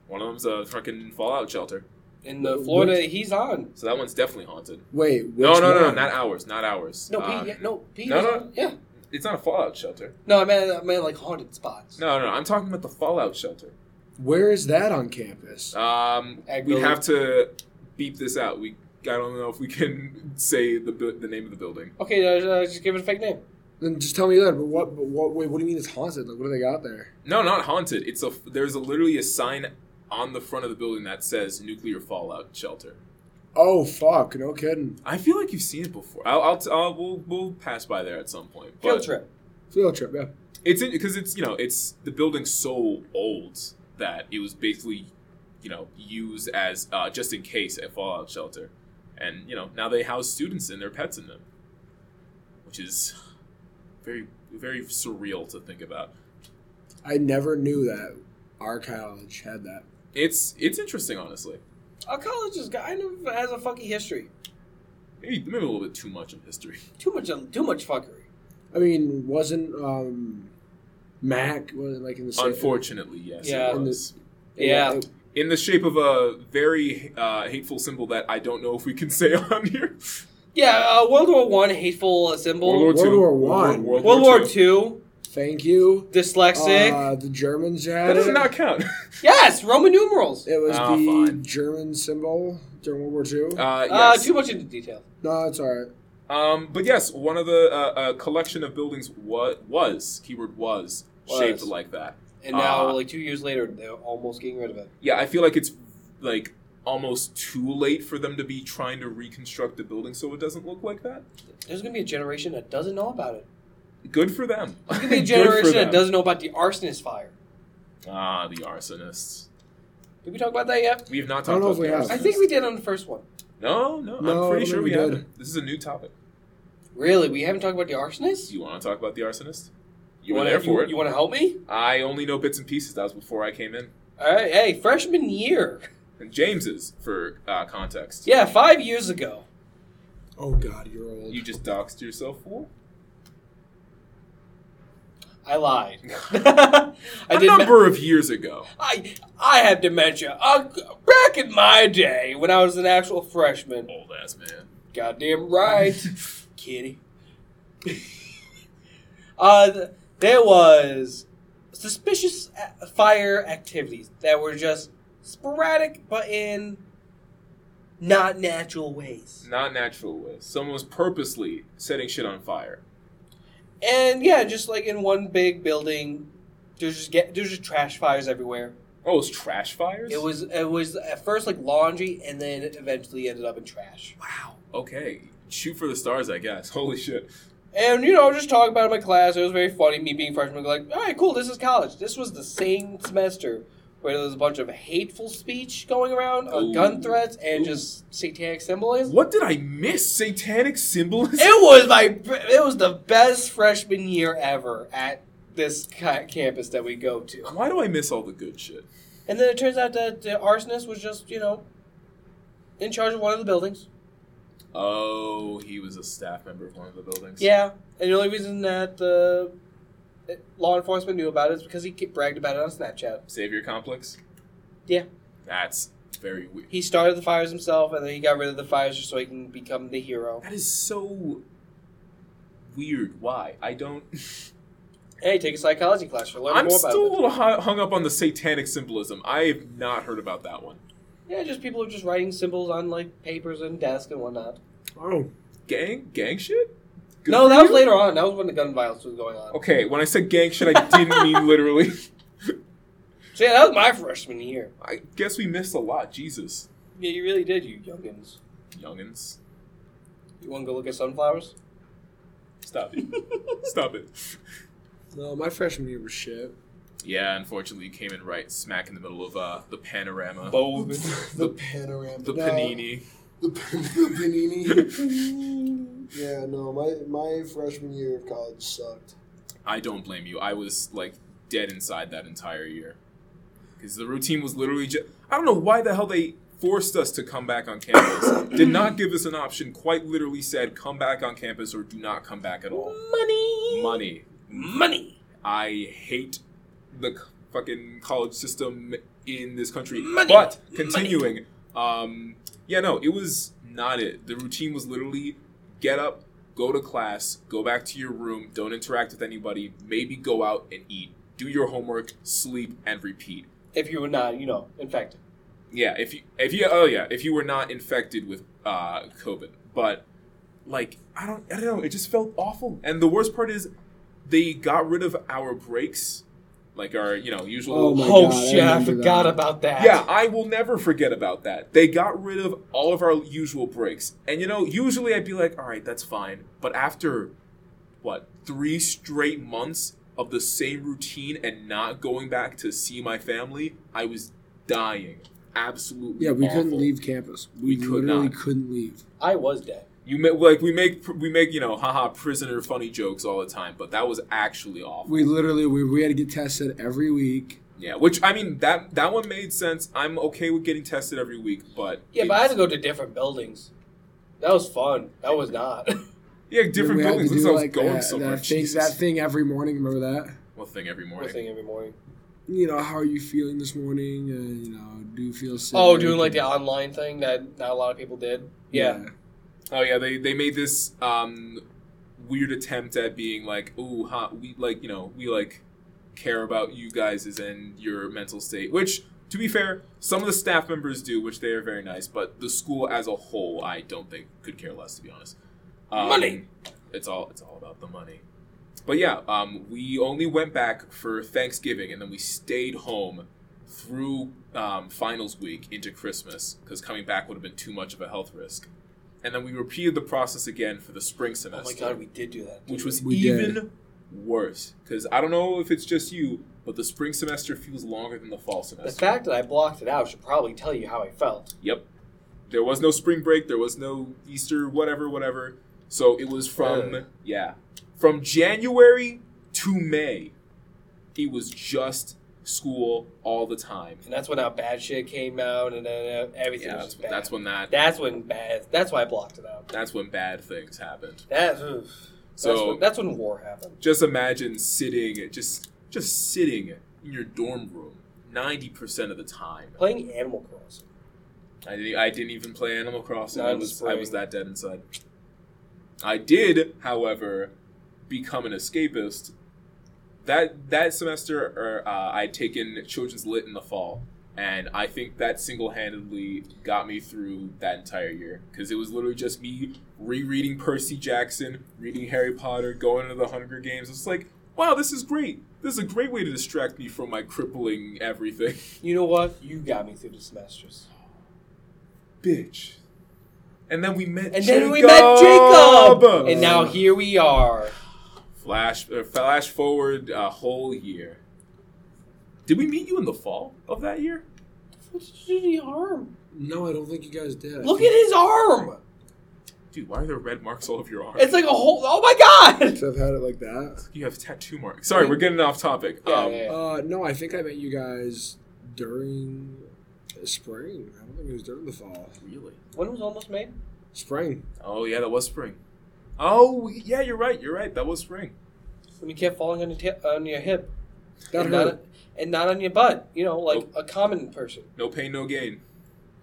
D: One of them's a fucking fallout shelter.
C: In the Florida, he's on.
D: So that one's definitely haunted.
G: Wait, which
D: No, no, no,
G: one?
D: not ours, not ours.
C: No, Pete.
D: Um,
C: yeah, no, Pete.
D: no,
C: is
D: no.
C: on. Yeah.
D: It's not a fallout shelter.
C: No, I mean, I mean like haunted spots.
D: No, no, no, I'm talking about the fallout shelter.
G: Where is that on campus?
D: Um,
C: Ag
D: we
C: building.
D: have to beep this out. We, I don't know if we can say the bu- the name of the building.
C: Okay, uh, uh, just give it a fake name.
G: Then just tell me that. But what? But what? Wait, what do you mean it's haunted? Like, what do they got there?
D: No, not haunted. It's a there's a, literally a sign on the front of the building that says nuclear fallout shelter.
G: Oh fuck! No kidding.
D: I feel like you've seen it before. I'll, I'll, t- I'll we'll we'll pass by there at some point. But
C: Field trip.
G: Field trip. Yeah.
D: It's because it's you know it's the building's so old that it was basically you know used as uh, just in case a fallout shelter, and you know now they house students and their pets in them, which is very very surreal to think about.
G: I never knew that our college had that.
D: It's it's interesting honestly.
C: Our college is kind of has a funky history.
D: Maybe maybe a little bit too much of history.
C: Too much, too much fuckery.
G: I mean, wasn't um, Mac was like in the same?
D: Unfortunately, yes. it
C: Yeah.
D: was.
C: Yeah.
G: it-
D: In the shape of a very uh, hateful symbol that I don't know if we can say on here.
C: Yeah, uh, World War One hateful symbol. World
G: World
D: Two.
G: War One.
D: World
C: War,
D: Two.
C: Two.
G: thank you.
C: Dyslexic.
G: Uh, the Germans
D: That
G: had
D: does
G: it.
D: not count.
C: yes, Roman numerals.
G: It was
D: Oh,
G: the
D: fine.
G: German symbol during World War II.
D: Uh,
C: Uh,
D: yes.
C: too much into detail.
G: no, it's all right.
D: Um, but yes, one of the uh, uh, collection of buildings wa- was keyword was,
C: Was.
D: shaped like that.
C: And now,
D: Uh,
C: like two years later, they're almost getting rid of it.
D: Yeah, I feel like it's like almost too late for them to be trying to reconstruct the building so it doesn't look like that.
C: There's gonna be a generation that doesn't know about it.
D: Good for them.
C: There's gonna be a
D: Good for
C: generation that
D: them.
C: doesn't know about the arsonist fire.
D: Ah, the arsonists.
C: Did we talk about that yet?
D: We have not
G: I
D: talked
G: don't know
D: about
G: if we
D: the
G: have.
D: arsonists.
C: I think we did on the first one.
D: No, no, I'm
G: No, I
D: pretty
G: don't
D: sure
G: think
D: we
G: we
D: have.
G: did.
D: This is a new topic.
C: Really? We haven't talked about the
D: Do
C: arsonist?
D: you want to talk about the arsonist? You, were
C: wanna,
D: there for
C: you,
D: it.
C: You want to help me?
D: I only know bits and pieces. That was before I came in.
C: All right. Hey, freshman year.
D: And James's for uh, context.
C: Yeah, five years ago.
G: Oh God, you're old.
D: You just doxed yourself for?
C: I lied. I
D: A
C: did. ma-
D: number of years ago.
C: I I have dementia. Uh, back in my day, when I was an actual freshman.
D: Old ass man.
C: Goddamn right, kitty. uh, th- there was suspicious a- fire activities that were just sporadic, but in not natural ways.
D: Not natural ways. Someone was purposely setting shit on fire.
C: And yeah, just like in one big building, there's just get there's just trash fires everywhere.
D: Oh, it was trash fires?
C: It was it was at first like laundry, and then it eventually ended up in trash.
D: Wow. Okay. Shoot for the stars, I guess. Holy shit.
C: And you know, just talk about it in my class. It was very funny. Me being freshman, like, all right, cool. This is college. This was the same semester where there was a bunch of hateful speech going around, uh,
D: Ooh.
C: gun threats, and
D: Ooh.
C: just satanic symbolism.
D: What did I miss? Satanic symbolism?
C: It was my. It was the best freshman year ever at this ca- campus that we go to.
D: Why do I miss all the good shit?
C: And then it turns out that the arsonist was just, you know, in charge of one of the buildings.
D: Oh, he was a staff member of one of the buildings.
C: Yeah. And the only reason that the eh, law enforcement knew about it is because he ke- bragged about it on Snapchat.
D: Savior complex?
C: Yeah.
D: That's very weird.
C: He started the fires himself, and then he got rid of the fires just so he can become the hero.
D: That is so weird. Why? I don't.
C: Hey, take a psychology class. You'll learn
D: I'm
C: more about
D: still a
C: it.
D: little hu- hung up on the satanic symbolism. I have not heard about that one.
C: Yeah, just people are just writing symbols on like papers and desks and whatnot.
G: oh,
D: Gang? Gang shit? Good
C: no,
D: for
C: that was
D: you?
C: later on. That was when the gun violence was going on.
D: Okay, when I said gang shit, I didn't mean literally.
C: So yeah, that was my freshman year.
D: I guess we missed a lot. Jesus.
C: Yeah, you really did, you youngins.
D: Youngins.
C: You want to go look at sunflowers?
D: Stop it. Stop it.
G: no, my freshman year was shit.
D: Yeah, unfortunately, you came in right smack in the middle of uh, the panorama.
C: Both.
F: The panorama.
D: the
F: No,
D: panini.
F: The, p- the panini. yeah, no, my my freshman year of college sucked.
D: I don't blame you. I was like dead inside that entire year because the routine was literally just. I don't know why the hell they forced us to come back on campus. Did not give us an option. Quite literally said, "Come back on campus or do not come back at all."
C: Money.
D: Money.
C: Money.
D: I hate the c- fucking college system in this country.
C: Money.
D: But continuing, um, yeah, no, it was not it. The routine was literally get up, go to class, go back to your room, don't interact with anybody, maybe go out and eat, do your homework, sleep, and repeat.
C: If you were not, you know, infected.
D: Yeah, if you if you oh yeah, if you were not infected with uh COVID. But like I don't I don't know, it just felt awful. And the worst part is they got rid of our breaks, like our, you know, usual
G: Oh my
C: oh
G: God, I
C: shit, I,
G: remember
C: forgot
G: that.
C: about that.
D: yeah, I will never forget about that. They got rid of all of our usual breaks. And you know, usually I'd be like, all right, that's fine. But after, what, three straight months of the same routine and not going back to see my family, I was dying. Absolutely.
G: Yeah, we couldn't
D: awful.
G: leave campus.
D: We
G: We,
D: could
G: literally
D: not.
G: couldn't leave.
C: I was dead.
D: You make like we make we make you know haha prisoner funny jokes all the time, but that was actually awful.
G: We literally we, we had to get tested every week.
D: yeah, which I mean that that one made sense. I'm okay with getting tested every week, but
C: Yeah, but I had
D: it's-
C: to go to different buildings. That was fun. That was not.
D: yeah different
G: we had to
D: buildings.
G: do,
D: That's how I was
G: like,
D: going
G: that,
D: so
G: that
D: much.
G: Thing,
D: Jesus.
G: that thing every morning. Remember that?
D: One thing every
C: One
D: morning.
C: thing every morning.
G: You know how are you feeling this morning? Uh, you know, do you feel sick?
C: Oh, doing like the online thing that not a lot of people did. Yeah.
D: Oh yeah, they they made this um, weird attempt at being like, ooh, huh, we like you know we like care about you guys and your mental state. Which, to be fair, some of the staff members do, which they are very nice. But the school as a whole, I don't think could care less. To be honest, um,
C: Money.
D: It's all it's all about the money. But yeah, um, we only went back for Thanksgiving, and then we stayed home through um, finals week into Christmas because coming back would have been too much of a health risk. And then we repeated the process again for the spring
C: Oh my
D: semester,
C: god, we did do that.
D: which was
F: We did.
D: even worse because I don't know if it's just you, but the spring semester feels longer than the fall
C: the
D: semester.
C: fact that I blocked it out should probably tell you how I felt.
D: Yep. There was no spring break. There was no Easter, whatever, whatever. So it was from
C: Ugh.
D: yeah, from January to May, it was just school all the time.
C: And that's when our bad shit came out, and then uh, everything
D: Yeah,
C: was
D: that's,
C: just bad.
D: that's when that
C: That's when bad. That's why I blocked it out.
D: that's when bad things happened.
C: That. oof. That's
D: So-
C: when, that's when war happened.
D: Just imagine sitting, just just sitting in your dorm room ninety percent of the time.
C: Playing Animal Crossing.
D: I didn't. I didn't even play Animal Crossing.
C: Not
D: I
C: in the
D: was. I was
C: spring.
D: that dead inside. I did, however, become an escapist. That that semester, er, uh, I'd taken children's lit in the fall, and I think that single handedly got me through that entire year because it was literally just me rereading Percy Jackson, reading Harry Potter, going to the Hunger Games. It's like, wow, this is great. This is a great way to distract me from my crippling everything,
C: You know what? You got me through the semesters.
D: bitch. And then we met.
C: And then we met Jacob, and now here we are.
D: Flash, uh, flash forward a whole year. Did we meet you in the fall of that year?
C: What did you do to your arm?
G: No, I don't think you guys did.
C: Look at his arm.
D: Dude, why are there red marks all over your arm?
C: It's like a whole. Oh my god.
D: Um,
F: So I've had it like that.
D: you have tattoo marks. Sorry, we're getting off topic.
C: Yeah,
D: um,
C: yeah, yeah.
G: Uh, no, I think I met you guys during spring. I don't think it was during the fall.
D: Really?
C: When was almost made?
G: Spring.
D: Oh yeah, that was spring. Oh yeah, you're right. You're right. That was spring.
C: When you kept falling on your tip on your hip,
G: That
C: and
G: hurt.
C: not and not on your butt. You know, like a common person.
D: No pain, no gain.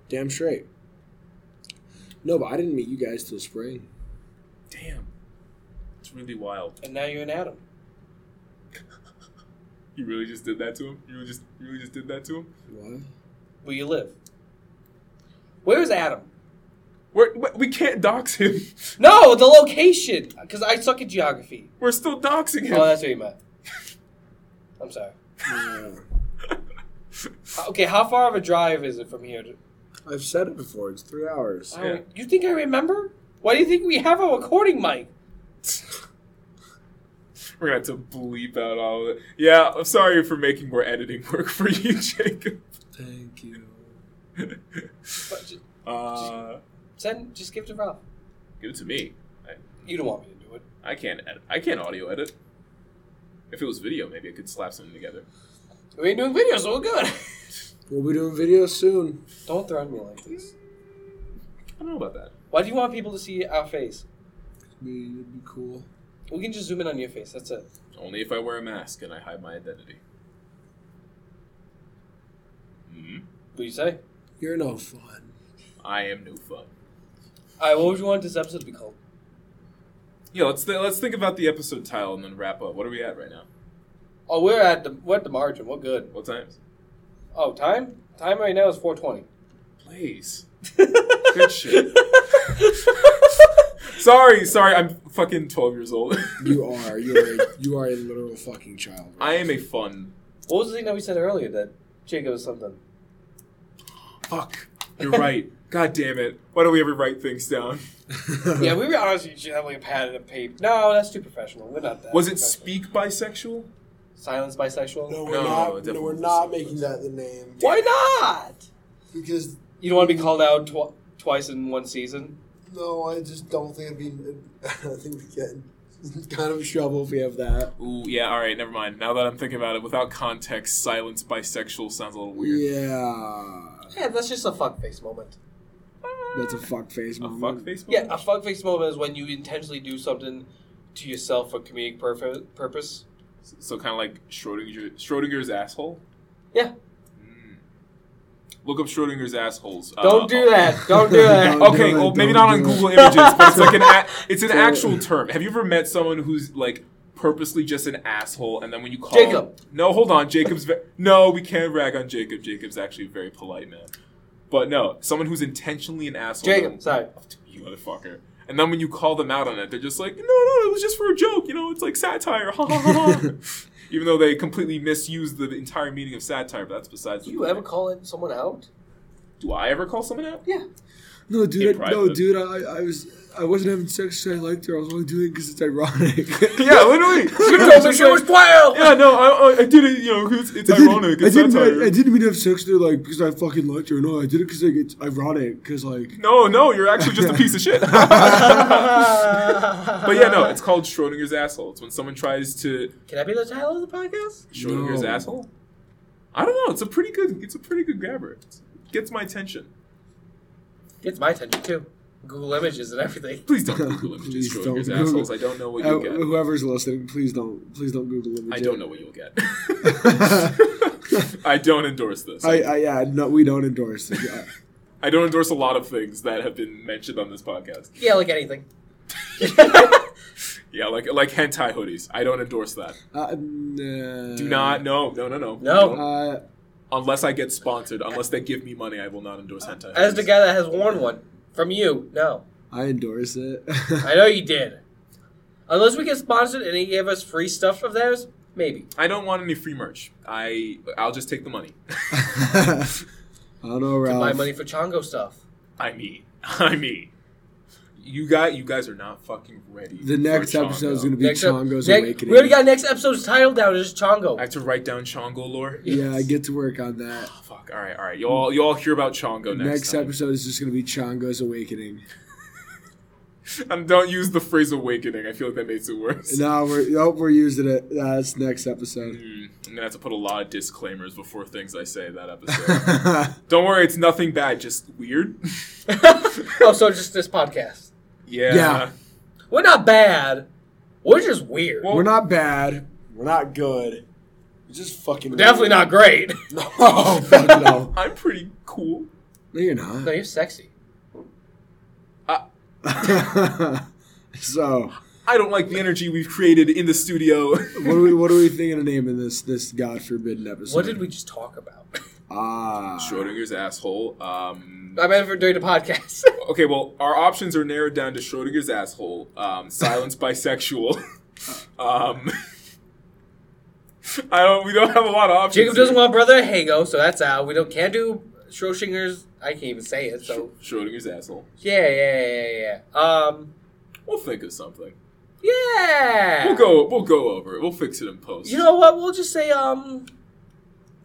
G: Damn straight. No, but I didn't meet you guys till spring.
D: Damn, it's really wild.
C: And now you're an Adam.
D: You really just did that to him. You really just, you really just did that to him.
G: What?
C: Where you live? Where's Adam?
D: We're, we- we can't dox him.
C: No, the location. Because I suck at geography.
D: We're still doxing him.
C: Oh, that's what you meant. I'm sorry.
G: Yeah.
C: Okay, how far of a drive is it from here? To,
G: I've said it before. It's three hours.
C: I
D: Yeah.
C: don't- You think I remember? Why do you think we have a recording mic?
D: We're gonna have to bleep out all of it. Yeah, I'm sorry for making more editing work for you, Jacob.
G: Thank you.
C: But just
D: Uh,
C: send, just give it to Rob.
D: give it to me.
C: You don't want me to do it.
D: I can't edit. I can't audio edit. If it was video, maybe I could slap something together.
C: We ain't doing videos, so we're good.
G: We'll be doing videos soon.
C: don't threaten me like this.
D: I don't know about that.
C: Why do you want people to see our face?
G: It'd be, it'd be cool.
C: We can just zoom in on your face. That's it.
D: Only if I wear a mask and I hide my identity. Hmm.
C: What do you say?
G: You're no fun.
D: I am no fun.
C: All right, what would you want this episode to be called?
D: Yeah, let's th- let's think about the episode title and then wrap up. What are we at right now?
C: Oh, we're at the we're at the margin. We're good.
D: What times?
C: Oh, time time right now is four twenty.
D: Please. Good shit. Sorry, sorry. I'm fucking 12 years old.
G: You are. You are. A, you are a literal fucking child.
D: I am a fun.
C: What was the thing that we said earlier that Jacob was something?
D: Fuck. You're right. God damn it. Why don't we ever write things down?
C: yeah, we were honestly should have like a pad and a paper. No, that's too professional. We're not that.
D: Was it
C: professional.
D: speak bisexual?
C: silence bisexual?
F: No, we're
D: No, no, no,
F: not. No,
D: definitely
F: we're
D: the
F: not
D: same
F: making
D: person.
F: that the name
C: Why not?
F: because
C: You don't want to be called out tw- twice in one season.
F: no, I just don't think it'd be. I think we get kind of a shovel if we have that.
D: Ooh, yeah, alright, never mind. Now that I'm thinking about it, without context, silence bisexual sounds a little weird.
G: Yeah.
C: Yeah, that's just a fuckface moment.
G: That's a fuck face
D: A fuck
G: moment.
D: Facebook?
C: Yeah, a fuckface moment is when you intentionally do something to yourself for comedic purf- purpose.
D: So kind of like Schrodinger, Schrodinger's asshole?
C: Yeah.
D: Mm. Look up Schrodinger's assholes. Uh,
C: Don't do that. Don't do
G: Don't
C: that.
D: Eh, Okay,
G: do it,
D: well, maybe
G: don't
D: not on
G: do it.
D: Google Images, but it's like an a- it's an
G: So-
D: actual term. Have you ever met someone who's like purposely just an asshole, and then when you call
C: Jacob.
D: No, hold on, Jacob's. Ve- no, we can't rag on Jacob. Jacob's actually a very polite man. But no, someone who's intentionally an asshole.
C: Jacob, sorry.
D: you motherfucker. And then when you call them out on it, they're just like, no, no, it was just for a joke. You know, it's like satire. Ha ha ha. ha. even though they completely misused the entire meaning of satire. But that's besides.
C: Do
D: the
C: you
D: point.
C: ever call in someone out?
D: Do I ever call someone out?
G: No,
D: In
G: dude. I, no,
D: private.
G: dude. I, I was I wasn't having sex. 'cause I liked her. I was only doing it because it's ironic.
D: yeah, literally.
C: You told me she was twelve.
D: Yeah, no, I, I, I did it. You know, 'cause it's, it's
G: I didn't-
D: ironic.
G: I
D: It's
G: didn't,
D: satire.
G: mean, I, I didn't mean to have sex with her like because I fucking liked her. No, I did it because like, it's ironic. Because like
D: No, no, you're actually just a piece of shit. but yeah, no, it's called Schrodinger's asshole. It's when someone tries to
C: Can I be the title of the podcast?
D: Schrodinger's
G: No.
D: asshole. I don't know. It's a pretty good. It's a pretty good grabber. It gets my attention.
C: Gets my attention too. Google Images and everything.
D: Please don't Google images
G: Please don't
D: Schrodinger's
G: Google.
D: assholes. I don't know what
G: uh,
D: you'll get.
G: whoever's listening, please don't please don't Google image.
D: I
G: it.
D: don't know what you'll get. I don't endorse this.
G: I,
D: I,
G: I yeah no we don't endorse it. Yeah.
D: don't endorse a lot of things that have been mentioned on this podcast.
C: Yeah, like anything.
D: Yeah, like like hentai hoodies. I don't endorse that.
G: uh, nah.
D: Do not. No, no, no, no.
C: No.
G: Uh,
D: Unless I get sponsored, unless they give me money, I will not endorse hentai.
C: Uh, As the
D: hoodies.
C: guy that has worn one from you, no,
G: I endorse it.
C: I know you did. Unless we get sponsored and they give us free stuff of theirs, maybe.
D: I don't want any free merch. I I'll just take the money.
G: I don't know, Ralph.
C: Buy money for Chongo stuff.
D: I mean, I mean, you guys, you guys are not fucking ready.
G: The next episode is going to be
C: Next up-
G: Chongo's
C: next-
G: Awakening.
C: We already got next episode's title down. It's just Chongo.
D: I have to write down Chongo lore.
G: yeah, I get to work on that.
D: Oh, fuck. All right, all right. You all you all hear about Chongo next.
G: Next,
D: time.
G: episode is just going to be Chongo's Awakening.
D: And don't use the phrase awakening. I feel like that makes it worse.
G: No, we're nope, we're using it. That's next episode.
D: Mm, I'm gonna have to put a lot of disclaimers before things I say that episode. don't worry, it's nothing bad. Just weird.
C: oh, so just this podcast.
D: yeah.
G: Yeah.
C: We're not bad. We're just weird.
D: Well,
G: we're not bad.
F: We're not good. We're just fucking.
C: Definitely not great.
G: Oh fuck no!
D: I'm pretty cool.
G: No, you're
C: no,
G: not.
C: you're sexy.
G: so,
D: I don't like the energy we've created in the studio.
G: what do we what do we thinking of naming this this god forbidden episode?
C: What did we just talk about?
G: Ah,
D: Schrodinger's asshole. Um,
C: I meant for during the podcast.
D: okay, well, our options are narrowed down to Schrodinger's asshole, um, silence bisexual. um, I don't. We don't have a lot of options.
C: Jacob
D: here.
C: doesn't want brother Hago, so that's out. We don't can't do Schrodinger's. I can't even say it. So
D: Sch- Schrodinger's asshole.
C: yeah, yeah, yeah, yeah, yeah. Um,
D: We'll think of something.
C: yeah.
D: We'll go. We'll go over it. We'll fix it in post.
C: You know what? We'll just say um,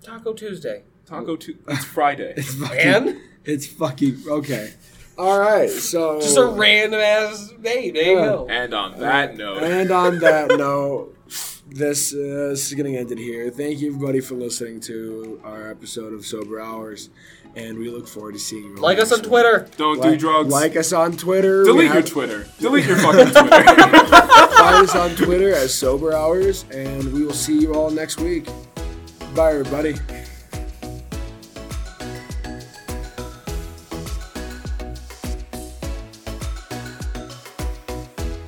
C: Taco Tuesday.
D: Taco Tu It's Friday.
G: it's fucking,
C: And
G: it's fucking okay.
F: All right, so
C: just a random ass name. There you
G: Yeah.
C: go.
D: and on that note,
G: And on that note, this, uh, this is getting ended here. Thank you everybody for listening to our episode of Sober Hours, and we look forward to seeing you.
C: Like us on
G: next week.
C: Twitter.
D: don't do
G: Like,
D: drugs.
G: like us on Twitter. We
D: Delete your
G: have-
D: Twitter. Delete your fucking Twitter.
G: Find us on Twitter as Sober Hours, and we will see you all next week. Bye, everybody.